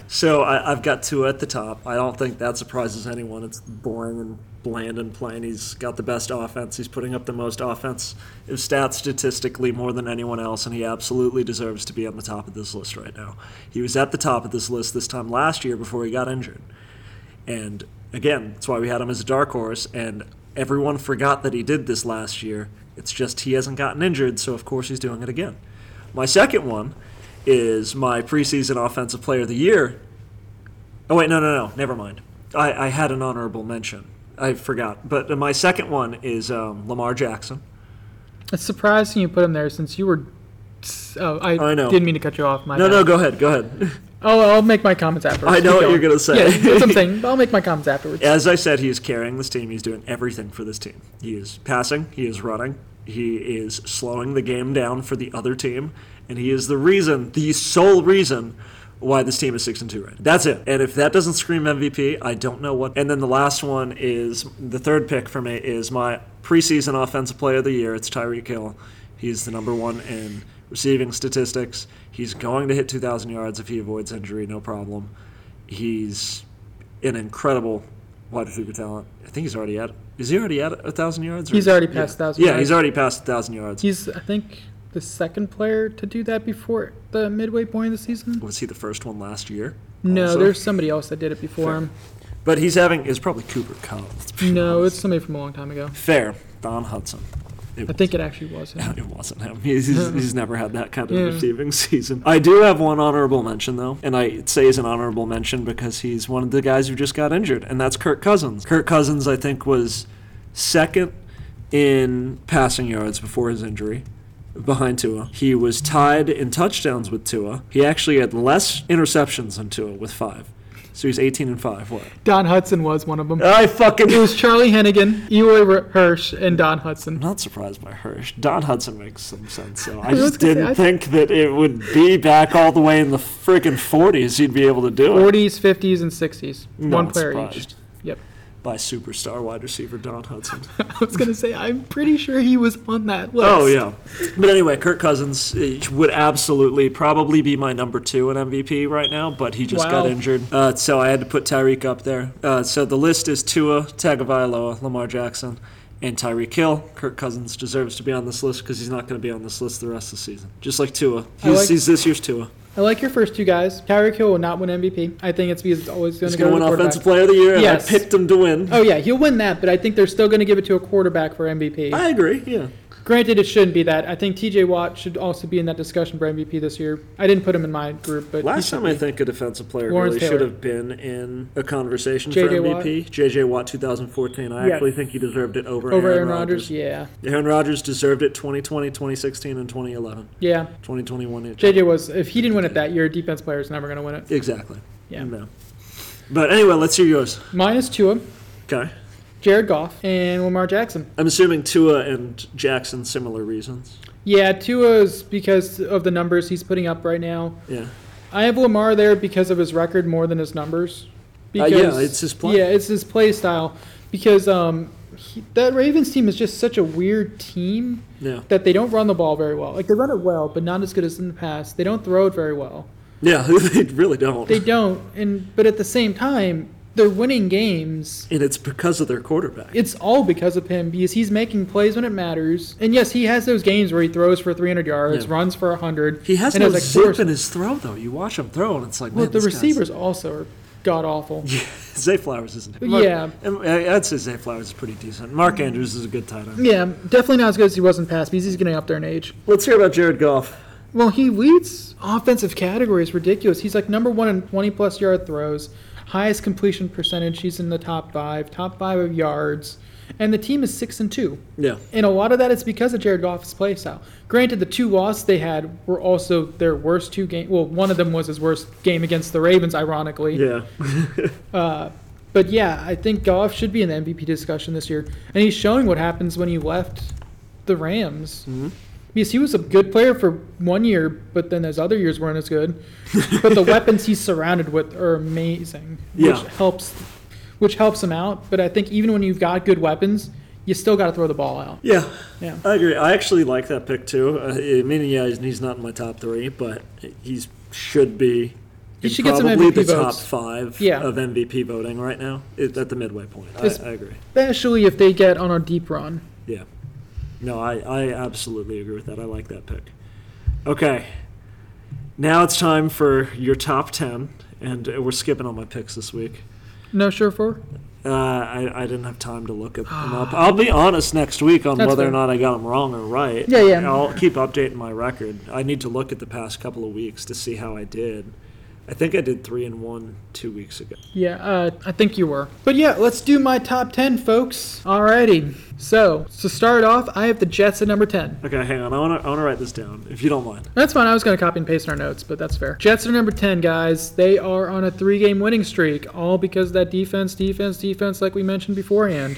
So I, I've got two at the top. I don't think that surprises anyone. It's boring and bland and plain. He's got the best offense. He's putting up the most offensive stats statistically more than anyone else, and he absolutely deserves to be on the top of this list right now. He was at the top of this list this time last year before he got injured. And again, that's why we had him as a dark horse, and everyone forgot that he did this last year. It's just he hasn't gotten injured, so of course he's doing it again. My second one is my preseason offensive player of the year. Oh, wait, no, no, no, never mind. I, I had an honorable mention. I forgot. But my second one is um, Lamar Jackson.
It's surprising you put him there since you were. Oh, I,
I know.
didn't mean to cut you off. My
No,
bad.
no, go ahead, go ahead. *laughs*
I'll, I'll make my comments afterwards.
I know
Keep
what you're
going.
gonna say.
Yeah, that's what I'm saying.
*laughs*
I'll make my comments afterwards.
As I said, he is carrying this team. He's doing everything for this team. He is passing, he is running, he is slowing the game down for the other team, and he is the reason, the sole reason why this team is 6 and 2 right. now. That's it. And if that doesn't scream MVP, I don't know what. And then the last one is the third pick for me is my preseason offensive player of the year. It's Tyreek Hill. He's the number 1 in receiving statistics. He's going to hit 2000 yards if he avoids injury, no problem. He's an incredible wide receiver talent. I think he's already at. Is he already at a thousand yards?
He's already passed
yeah.
1,000
Yeah,
yards.
he's already passed a thousand yards.
He's, I think, the second player to do that before the midway point of the season.
Was he the first one last year?
No,
Also?
there's somebody else that did it before him.
But he's having. It's probably Cooper Cup. Let's be
No,
honest.
it's somebody from a long time ago.
fair. Don Hudson. It
I think it actually was him.
*clears throat* It wasn't him. He's, he's, he's never had that kind of
Yeah.
receiving *laughs* season. I do have one honorable mention, though, and I say it's an honorable mention because he's one of the guys who just got injured, and that's Kirk Cousins. Kirk Cousins, I think, was second in passing yards before his injury. Behind Tua. He was tied in touchdowns with Tua. He actually had less interceptions than Tua with five. So he's 18 and 5. What?
Don Hudson was one of them.
I fucking.
It was Charlie Hennigan, Eloy Hirsch, and Don Hudson.
I'm not surprised by Hirsch. Don Hudson makes some sense,
*laughs*
though. I
was
just
gonna say,
didn't
I-
think that it would be back all the way in the freaking 40s he'd be able to do it.
40s, 50s, and 60s. One
Not
player
surprised.
each. Yep.
By superstar wide receiver Don Hudson.
*laughs* I was going to say, I'm pretty sure he was on that list.
oh, yeah. But anyway, Kirk Cousins eh, would absolutely probably be my number two in MVP right now, but he just got
Wow.
injured. Uh, so I had to put Tyreek up there. Uh, so the list is Tua, Tagovailoa, Lamar Jackson, and Tyreek Hill. Kirk Cousins deserves to be on this list because he's not going to be on this list the rest of the season. Just like Tua.
I
He's,
like-
he's this year's Tua.
I like your first two guys. Tyreek Hill will not win MVP. I think it's because it's always going
He's
to go
going to
to
win
the quarterback.
Offensive Player of the Year, and
Yes.
I picked him to win.
Oh yeah, he'll win that, but I think they're still going to give it to a quarterback for MVP.
I agree, yeah.
Granted, it shouldn't be that. I think T.J. Watt should also be in that discussion for MVP this year. I didn't put him in my group, but he
Last
should
time
be.
I think a defensive player
Lawrence
really should
Taylor.
have been in a conversation
J.J.
for MVP. JJ Watt 2014. I
Yes.
actually think he deserved it over,
over
Aaron
Aaron
Rodgers.
Rodgers, yeah,
Aaron Rodgers deserved it 2020, 2016, and 2011.
yeah.
2021. it-
J.J. was if he didn't win it that year, defense player is never going to win it.
Exactly.
Yeah.
No. But anyway, let's hear yours.
Minus Tua,
Okay.
Jared Goff, and Lamar Jackson.
I'm assuming Tua and Jackson similar reasons.
Yeah, Tua's because of the numbers he's putting up right now.
Yeah.
I have Lamar there because of his record more than his numbers.
Uh, yeah, it's his play.
Yeah, it's his play style. Because um, he, that Ravens team is just such a weird team
Yeah.
that they don't run the ball very well. Like they run it well, but not as good as in the past. They don't throw it very well.
Yeah. *laughs* They really don't.
They don't. And but at the same time, they're winning games.
and it's because of their quarterback.
It's all because of him because he's making plays when it matters. And yes, he has those games where he throws for 300 yards,
Yeah.
runs for 100.
He has
and
no
has, like, four-
zip in his throw, though. You watch him throw, and it's like,
Well,
man,
the
this guy's-
receivers also are god awful.
*laughs* Zay Flowers isn't.
Yeah.
and I- I'd say Zay Flowers is pretty decent. Mark Andrews is a good tight end.
Yeah, definitely not as good as he was in past because he's getting up there in age.
Let's hear about Jared Goff.
Well, he leads offensive categories ridiculous. He's like number one in 20 plus yard throws, highest completion percentage. He's in the top five, top five of yards, and the team is six and two.
Yeah,
And a lot of that is because of Jared Goff's play style. Granted, the two losses they had were also their worst two games. Well, one of them was his worst game against the Ravens, ironically.
yeah,
Uh, but yeah, I think Goff should be in the MVP discussion this year, and he's showing what happens when he left the Rams. Because he was a good player for one year, but then those other years weren't as good. but the weapons he's surrounded with are amazing,
Yeah.
which helps, which helps him out. But I think even when you've got good weapons, you still got to throw the ball out.
*laughs* yeah.
Yeah.
I agree. I actually like that pick too. Uh, I mean, yeah, he's- he's not in my top three, but he's should be.
He
in
should get some
probably
MVP
the
votes.
top five
Yeah.
of MVP voting right now is at the midway point. I,
This-
I agree.
especially if they get on a deep run.
Yeah. No, I, I absolutely agree with that. I like that pick. Okay. Now it's time for your top 10. And uh, we're skipping all my picks this week.
No, sure for.
Uh, I, I didn't have time to look up-
*sighs*
them up. I'll be honest next week on
That's
whether or
fair.
not I got them wrong or right.
Yeah, yeah.
I'll keep updating my record. I need to look at the past couple of weeks to see how I did. I think I did three and one two weeks ago.
Yeah, uh, I think you were. But yeah, let's do my top 10, folks. Alrighty. So, to start off, I have the Jets at number 10.
Okay, hang on. I want to I wanna write this down, if you don't mind.
That's fine. I was going to copy and paste in our notes, but that's fair. Jets are number 10, guys. They are on a three game winning streak, all because of that defense, defense, defense, like we mentioned beforehand.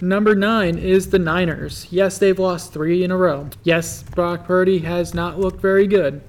number nine is the Niners. Yes, they've lost three in a row. Yes, Brock Purdy has not looked very good,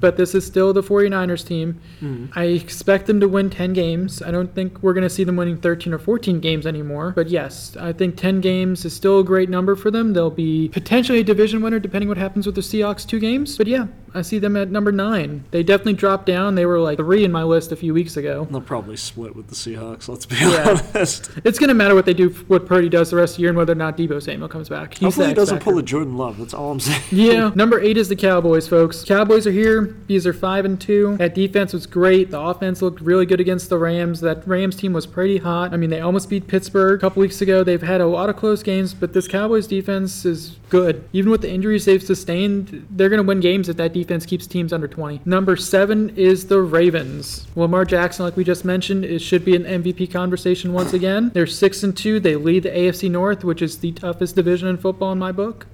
but this is still the 49ers team.
Mm-hmm.
I expect them to win 10 games. I don't think we're going to see them winning 13 or 14 games anymore. But yes, I think 10 games is still a great number for them. They'll be potentially a division winner depending what happens with the Seahawks two games. But yeah, I see them at number 9. They definitely dropped down. They were like 3 in my list a few weeks ago.
They'll probably split with the Seahawks, let's be
Yeah.
honest.
It's going to matter what they do, what Purdy does the rest of the year, and whether or not Debo Samuel comes back. He's
Hopefully
the
he
X
doesn't
factor.
pull a Jordan Love. That's all I'm *laughs* saying.
Yeah. *laughs* Number eight is the Cowboys, folks. Cowboys are here. These are five and two. That defense was great. The offense looked really good against the Rams. That Rams team was pretty hot. I mean, they almost beat Pittsburgh a couple weeks ago. They've had a lot of close games, but this Cowboys defense is good. Even with the injuries they've sustained, they're going to win games if that defense keeps teams under 20. Number seven is the Ravens. Lamar Jackson, like we just mentioned, it should be an MVP conversation once again. They're six and two. They lead the AFC North, which is the toughest division in football in my book.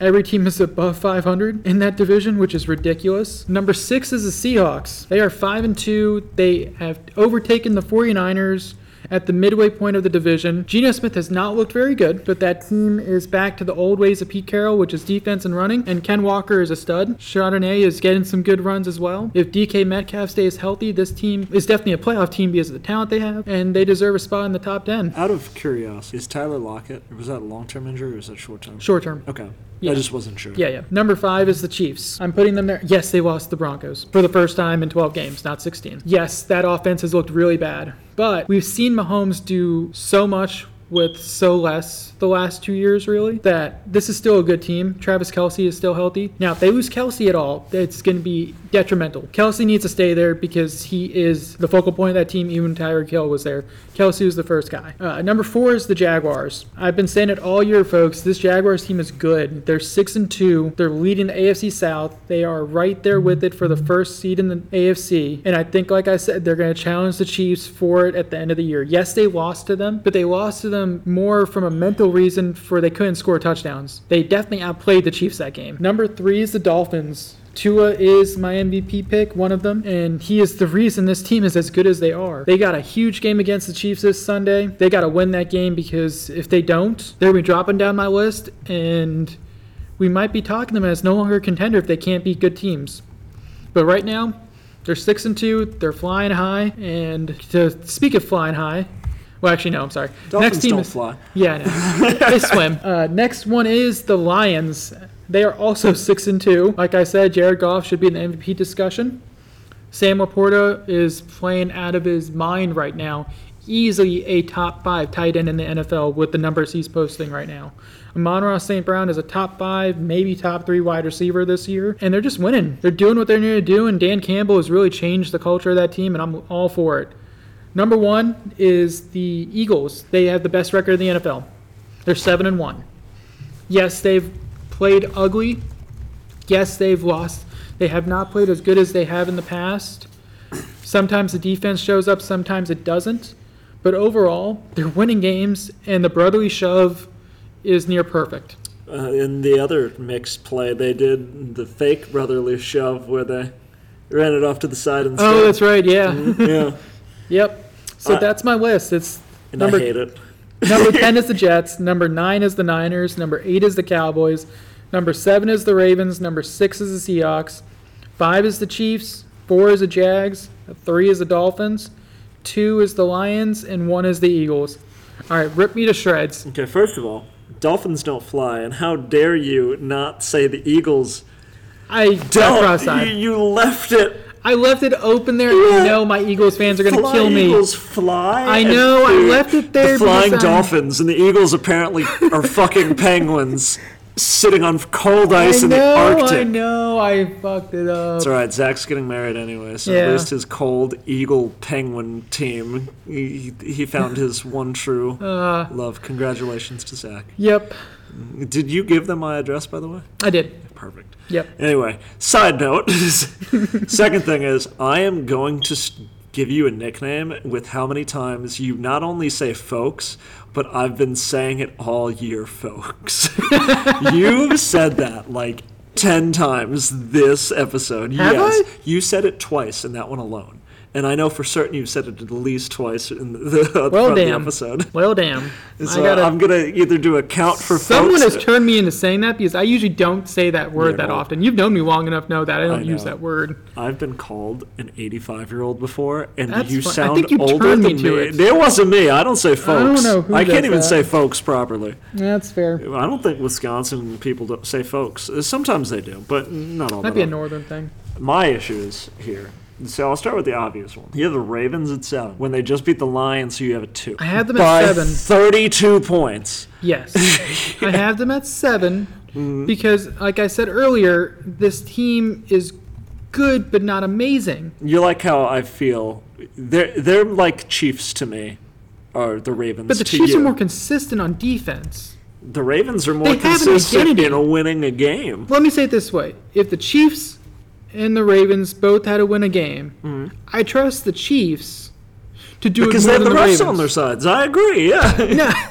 Every team is above 500 in that division, which is ridiculous. Number six is the Seahawks. They are five and two. They have overtaken the 49ers at the midway point of the division. Geno Smith has not looked very good, but that team is back to the old ways of Pete Carroll, which is defense and running. And Ken Walker is a stud. Chardonnay is getting some good runs as well. If DK Metcalf stays healthy, this team is definitely a playoff team because of the talent they have, and they deserve a spot in the top 10.
Out of curiosity, is Tyler Lockett, was that a long term injury or is that short term?
Short term.
Okay. I
Yeah.
just wasn't sure.
Yeah, yeah. Number five is the Chiefs. I'm putting them there. Yes, they lost the Broncos for the first time in 12 games, not 16. Yes, that offense has looked really bad, but we've seen Mahomes do so much with so less the last two years, really, that this is still a good team. Travis Kelsey is still healthy. Now, if they lose Kelsey at all, it's going to be detrimental. Kelsey needs to stay there because he is the focal point of that team, even when Tyreek Hill was there. Kelsey was the first guy. Uh, number four is the Jaguars. I've been saying it all year, folks. This Jaguars team is good. They're six and two. They're leading the AFC South. They are right there with it for the first seed in the AFC. And I think, like I said, they're going to challenge the Chiefs for it at the end of the year. Yes, they lost to them, but they lost to them more from a mental reason for they couldn't score touchdowns. They definitely outplayed the Chiefs that game. Number three is the Dolphins. Tua is my MVP pick, one of them, and he is the reason this team is as good as they are. They got a huge game against the Chiefs this Sunday. They got to win that game because if they don't, they'll be dropping down my list, and we might be talking them as no longer a contender if they can't beat good teams. But right now, they're six and two. They're flying high, and to speak of flying high, well, actually, no, I'm sorry.
Dolphins don't
is,
fly.
yeah, I
*laughs*
know. they swim. Uh, next one is the Lions. They are also six and two. Like I said, Jared Goff should be in the MVP discussion. Sam Laporta is playing out of his mind right now. Easily a top five tight end in the NFL with the numbers he's posting right now. Amon Ross St. Brown is a top five, maybe top three wide receiver this year, and they're just winning. They're doing what they're going to do, and Dan Campbell has really changed the culture of that team, and I'm all for it. Number one is the Eagles. They have the best record in the NFL. They're seven and one. Yes, they've played ugly. Yes, they've lost. They have not played as good as they have in the past. Sometimes the defense shows up, sometimes it doesn't. But overall, they're winning games, and the brotherly shove is near perfect.
Uh, in the other mixed play, they did the fake brotherly shove where they ran it off to the side instead.
Oh, that's right. Yeah.
*laughs* yeah,
yep. So
Mm-hmm. Uh,
that's my list. It's
and
number
I hate it. *laughs*
Number 10 is the Jets. Number 9 is the Niners. Number 8 is the Cowboys. Number 7 is the Ravens. Number 6 is the Seahawks. 5 is the Chiefs. 4 is the Jags. 3 is the Dolphins. 2 is the Lions. And 1 is the Eagles. All right, rip me to shreds.
Okay, first of all, dolphins don't fly, and how dare you not say the Eagles
I
don't?
cross
You,
eyed.
you left it
I left it open there. and I know my Eagles fans are going to
Fly,
kill me.
Eagles fly.
I
and
know, I
flew.
left it there
The flying
because um, I'm-
dolphins and the Eagles apparently
*laughs*
are fucking penguins sitting on cold
I
ice in
know,
the Arctic.
I know, I fucked it up.
It's all right. Zach's getting married anyway, so
Yeah.
at least his cold eagle penguin team. He, he- he found his one true
*laughs* Uh,
love. Congratulations to Zach.
yep,
Did you give them my address, by the way?
I did.
Perfect.
Yep.
Anyway, side note. *laughs* second thing is, I am going to s- give you a nickname with how many times you not only say folks, but I've been saying it all year, folks. *laughs* You've said that like 10 times this episode.
Have
yes.
I?
You said it twice in that one alone. And I know for certain you've said it at least twice in the, *laughs* the,
Well,
front of the
damn.
episode.
Well,
*laughs*
damn.
So
I gotta,
I'm going to either do a count for
someone
folks.
has turned me into saying that because I usually don't say that word
Yeah.
that often. You've known me long enough, know that I don't
I
use
know.
that word.
I've been called an 85 year old before, and
That's
you
fine. I
sound
think you
older
turned
than
me to
me.
it.
There wasn't me. I don't say folks.
know who
I can't
does
even
that.
say folks properly.
That's fair.
I don't think Wisconsin people don't say folks. Uh, Sometimes they do, but not all the
Might be a
time.
northern
*laughs*
thing.
My issues here. So I'll start with the obvious one. You have the Ravens at seven when they just beat the Lions, so you have a two.
I had them at
By
seven.
Thirty-two points.
Yes. I have them at 7
Mm-hmm.
because, like I said earlier, this team is good but not amazing.
You like how I feel? They're they're like Chiefs to me, or the Ravens.
But the
to
Chiefs
you.
are more consistent on defense.
The Ravens are more
They have an
consistent
identity.
in winning a game.
Let me say it this way if the Chiefs and the Ravens both had to win a game, I trust the Chiefs to do
Mm-hmm. Because
it
they
more
have the
than
refs
the
on their
Ravens.
sides. I agree, yeah.
*laughs*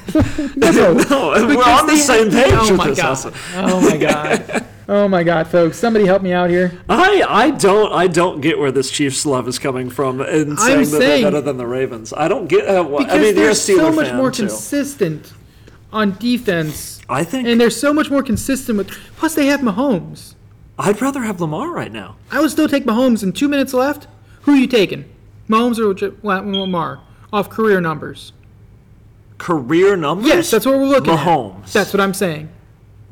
No,
*laughs* No, we're
Because
on the
they
same
have-
page
Oh
with
my
this
god!
also.
Oh my god! Oh my god, folks! Somebody help me out here.
*laughs* I, I don't I don't get where this Chiefs love is coming from in saying that
saying-
they're better than the Ravens. I don't get how why-
Because
Oh, I mean you're
they're
a Steeler
so much
fan
more
too.
consistent on defense,
I think
and they're so much more consistent with. Plus, they have Mahomes.
I'd rather have Lamar right now.
I would still take Mahomes. In two minutes left, who are you taking? Mahomes or J- La- Lamar? Off career numbers.
Career numbers?
Yes, that's what we're looking
Mahomes.
at. That's what I'm saying.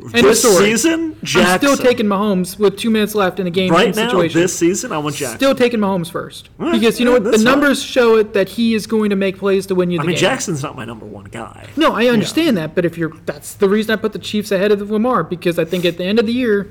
End of
this
story.
season, Jackson.
I'm still taking Mahomes with two minutes left in a game
right now,
situation.
this season, I want Jackson.
Still taking Mahomes first
Well,
because you know
yeah,
what the
that's fine.
numbers show it that he is going to make plays to win you the
I mean
game.
Jackson's not my number one guy.
no, I understand that, but if you're that's the reason I put the Chiefs ahead of Lamar because I think at the end of the year,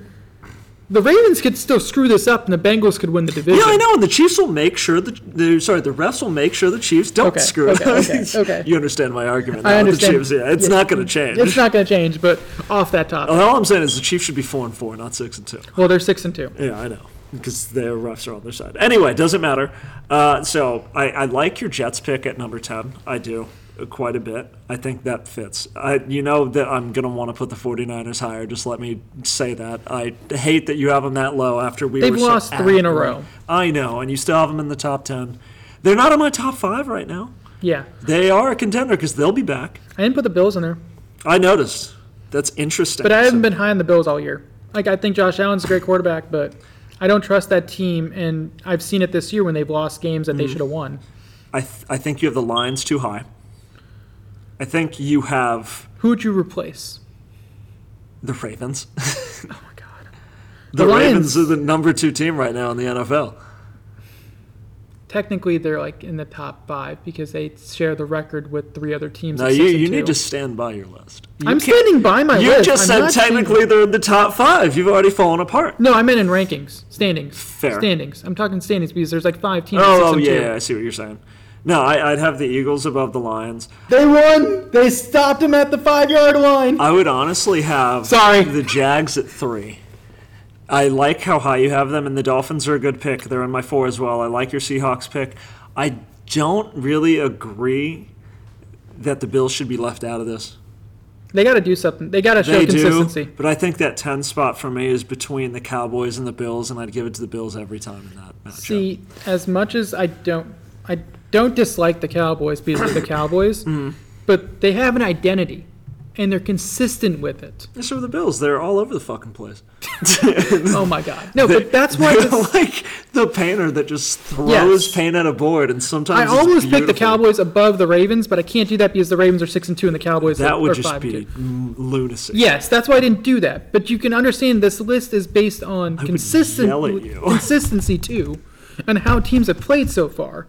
the Ravens could still screw this up and the Bengals could win the division.
Yeah, I know, and the Chiefs will make sure the, the sorry, the refs will make sure the Chiefs don't
Okay,
screw
okay,
up.
okay,
*laughs*
okay.
You understand my argument?
I
now with
understand.
The Chiefs, yeah, it's
Yeah.
not going to change.
It's not going to change, but off that topic.
All I'm saying is the Chiefs should be four and four, not six and two.
Well, they're six and two.
Yeah, I know, because their refs are on their side. Anyway, doesn't matter. Uh, so I, I like your Jets pick at number ten. I do uh, quite a bit. I think that fits. I, you know that I'm going to want to put the 49ers higher. Just let me say that. I hate that you have them that low after we
They've
were so
lost three in a row.
adamant. I know, and you still have them in the top 10. They're not in my top 5 right now.
Yeah,
They are a contender cuz they'll be back.
I didn't put the Bills in there,
I noticed. That's interesting.
but I haven't
So-
been high on the Bills all year. Like I think Josh Allen's a great quarterback, but I don't trust that team, and I've seen it this year when they've lost games that
Mm.
they should have won.
I th- I think you have the Lions too high. I think you have
Who would you replace?
the Ravens. *laughs*
Oh my god,
The,
The
Ravens
Lions-
are the number 2 team right now in the NFL.
technically they're like in the top five because they share the record with three other teams.
Now
at
you
six and
you
two.
need to stand by your list. You
I'm
can't-
standing by my
You
list.
just
I'm
said
not saying-
technically they're in the top 5. You've already fallen apart.
No, I meant in rankings, standings,
Fair.
standings. I'm talking standings because there's like five teams. at six
Oh, oh
and
yeah,
two.
yeah, I see what you're saying. No, I, I'd have the Eagles above the Lions.
They won. They stopped him at the five yard line.
I would honestly have
Sorry.
the Jags at three. I like how high you have them, and the Dolphins are a good pick. They're in my four as well. I like your Seahawks pick. I don't really agree that the Bills should be left out of this.
They got to do something. They got to show
They do,
consistency.
but I think that ten spot for me is between the Cowboys and the Bills, and I'd give it to the Bills every time in that matchup.
See, as much as I don't, I don't dislike the Cowboys because of the
*coughs*
Cowboys,
Hmm.
but they have an identity, and they're consistent with it.
Yes, sir, the Bills. They're all over the fucking place.
Oh my God! No, but that's
*laughs*
why
They're
this-
like the painter that just throws
Yes.
paint at a board, and sometimes
I
it's
almost picked the
beautiful.
Cowboys above the Ravens, but I can't do that because the Ravens are six and two and the Cowboys
That
are,
would
are
just
five and
be
two.
m- lunacy.
Yes, that's why I didn't do that. But you can understand this list is based on
yell at
consistent
you.
consistency too. and how teams have played so far.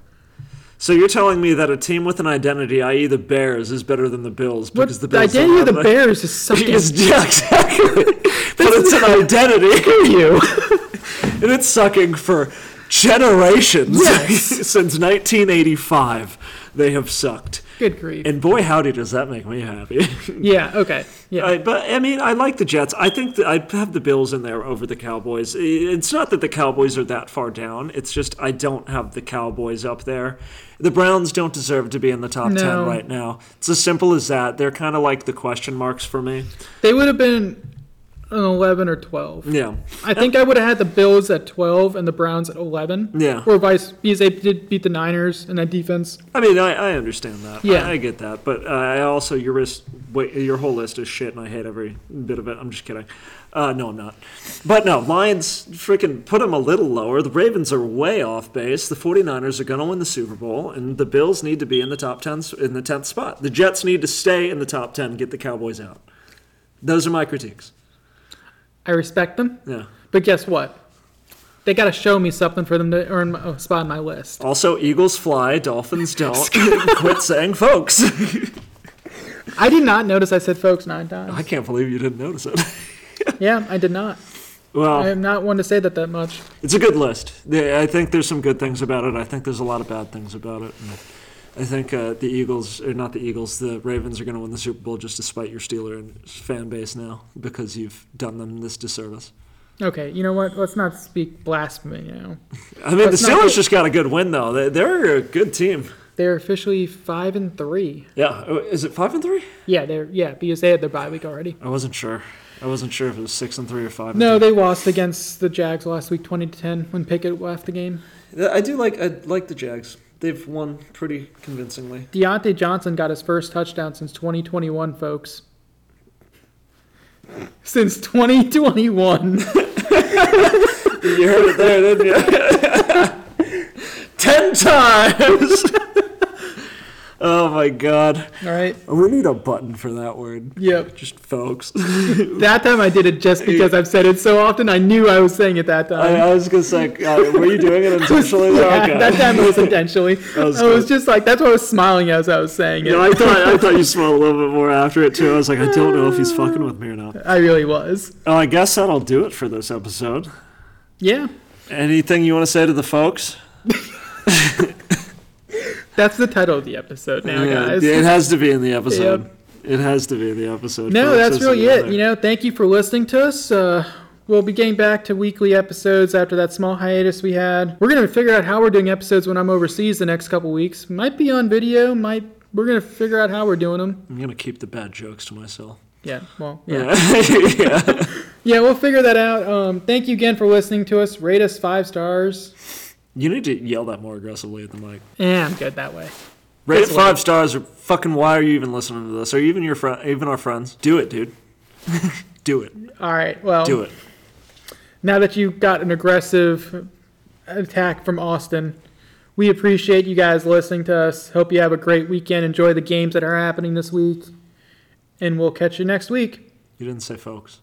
So you're telling me that a team with an identity, i.e., the Bears, is better than the Bills
But
because
the,
the Bills
identity of the
don't have a- *laughs*
Bears is something
Yes, yeah,
*laughs*
exactly. but it's an identity,
you.
*laughs* and it's sucking for generations
Yes.
*laughs* since 1985. They have sucked,
Good grief.
and boy, howdy, does that make me happy. *laughs*
yeah. Okay. Yeah.
I, but I mean, I like the Jets. I think that I'd have the Bills in there over the Cowboys. I- It's not that the Cowboys are that far down. It's just I don't have the Cowboys up there. The Browns don't deserve to be in the top
No.
ten right now. It's as simple as that. They're kind of like the question marks for me.
they would have been an 11 or 12.
Yeah,
I think I would have had the Bills at 12 and the Browns at 11.
Yeah.
Or vice, because they did beat the Niners in that defense.
I mean, I, I understand that.
Yeah.
I, I get that. But uh, I also your list, wait, your whole list is shit, and I hate every bit of it. I'm just kidding. Uh, no, I'm not. But no, Lions freaking put them a little lower. The Ravens are way off base. The 49ers are going to win the Super Bowl, and the Bills need to be in the top 10 s- in the 10th spot. The Jets need to stay in the top 10 get the Cowboys out. Those are my critiques.
I respect them,
Yeah.
but guess what? They got to show me something for them to earn a spot on my list.
Also, Eagles fly, Dolphins
*laughs*
don't. Quit saying folks. *laughs*
I did not notice I said folks nine times.
I can't believe you didn't notice it.
yeah, I did not.
Well,
I am not one to say that that much.
It's a good list. They- I think there's some good things about it. I think there's a lot of bad things about it. And I think uh, the Eagles, or not the Eagles, the Ravens are going to win the Super Bowl just to spite your Steeler and fan base now because you've done them this disservice.
Okay, you know what? Let's not speak blasphemy now.
I mean,
That's
the
not
Steelers
good.
just got a good win though. They, they're a good team.
They're officially five and three.
Yeah, Oh, is it five and three?
Yeah, they're yeah because they had their bye week already.
I wasn't sure. I wasn't sure if it was six and three or five.
No,
and
they lost against the Jags last week, twenty to ten, when Pickett left the game.
three. I do like I like the Jags. They've won pretty convincingly.
Deontay Johnson got his first touchdown since 2021, folks. Since 2021.
You heard it there, didn't you? *laughs* Ten times. *laughs* oh my god.
All right.
We need a button for that word.
Yep.
Just folks.
That time I did it just because I've said it so often. I knew I was saying it that
I,
time.
I was gonna say, uh, were you
*laughs*
doing it intentionally? though?
Yeah,
okay.
That time it was
*laughs*
intentionally.
was
I was
good.
just like, that's why I was smiling as I was saying it.
no, I thought I thought you smelled a little bit more after it too. I was like, I don't know if he's fucking with me or not.
I really was.
Oh, I guess that'll do it for this episode.
Yeah.
Anything you want to say to the folks?
That's the title of the episode now,
Yeah,
guys.
it has to be in the episode. It has to be in the episode.
No,
folks.
that's
This
really
is
it.
another-
You know, thank you for listening to us. Uh, we'll be getting back to weekly episodes after that small hiatus we had. We're gonna figure out how we're doing episodes when I'm overseas the next couple weeks. Might be on video. Might we're gonna figure out how we're doing them.
I'm gonna keep the bad jokes to myself.
Yeah. Well. Yeah.
*laughs* Yeah. yeah.
Yeah. We'll figure that out. Um, thank you again for listening to us. Rate us five stars.
You need to yell that more aggressively at the mic.
Yeah, I'm good that way.
Rate it
That's what-
five stars or fucking why are you even listening to this? Are you even your friend even our friends? Do it, *laughs* dude. Do it.
All right. Well.
Do it.
now that you got an aggressive attack from Austin, we appreciate you guys listening to us. Hope you have a great weekend. Enjoy the games that are happening this week. And we'll catch you next week.
You didn't say folks.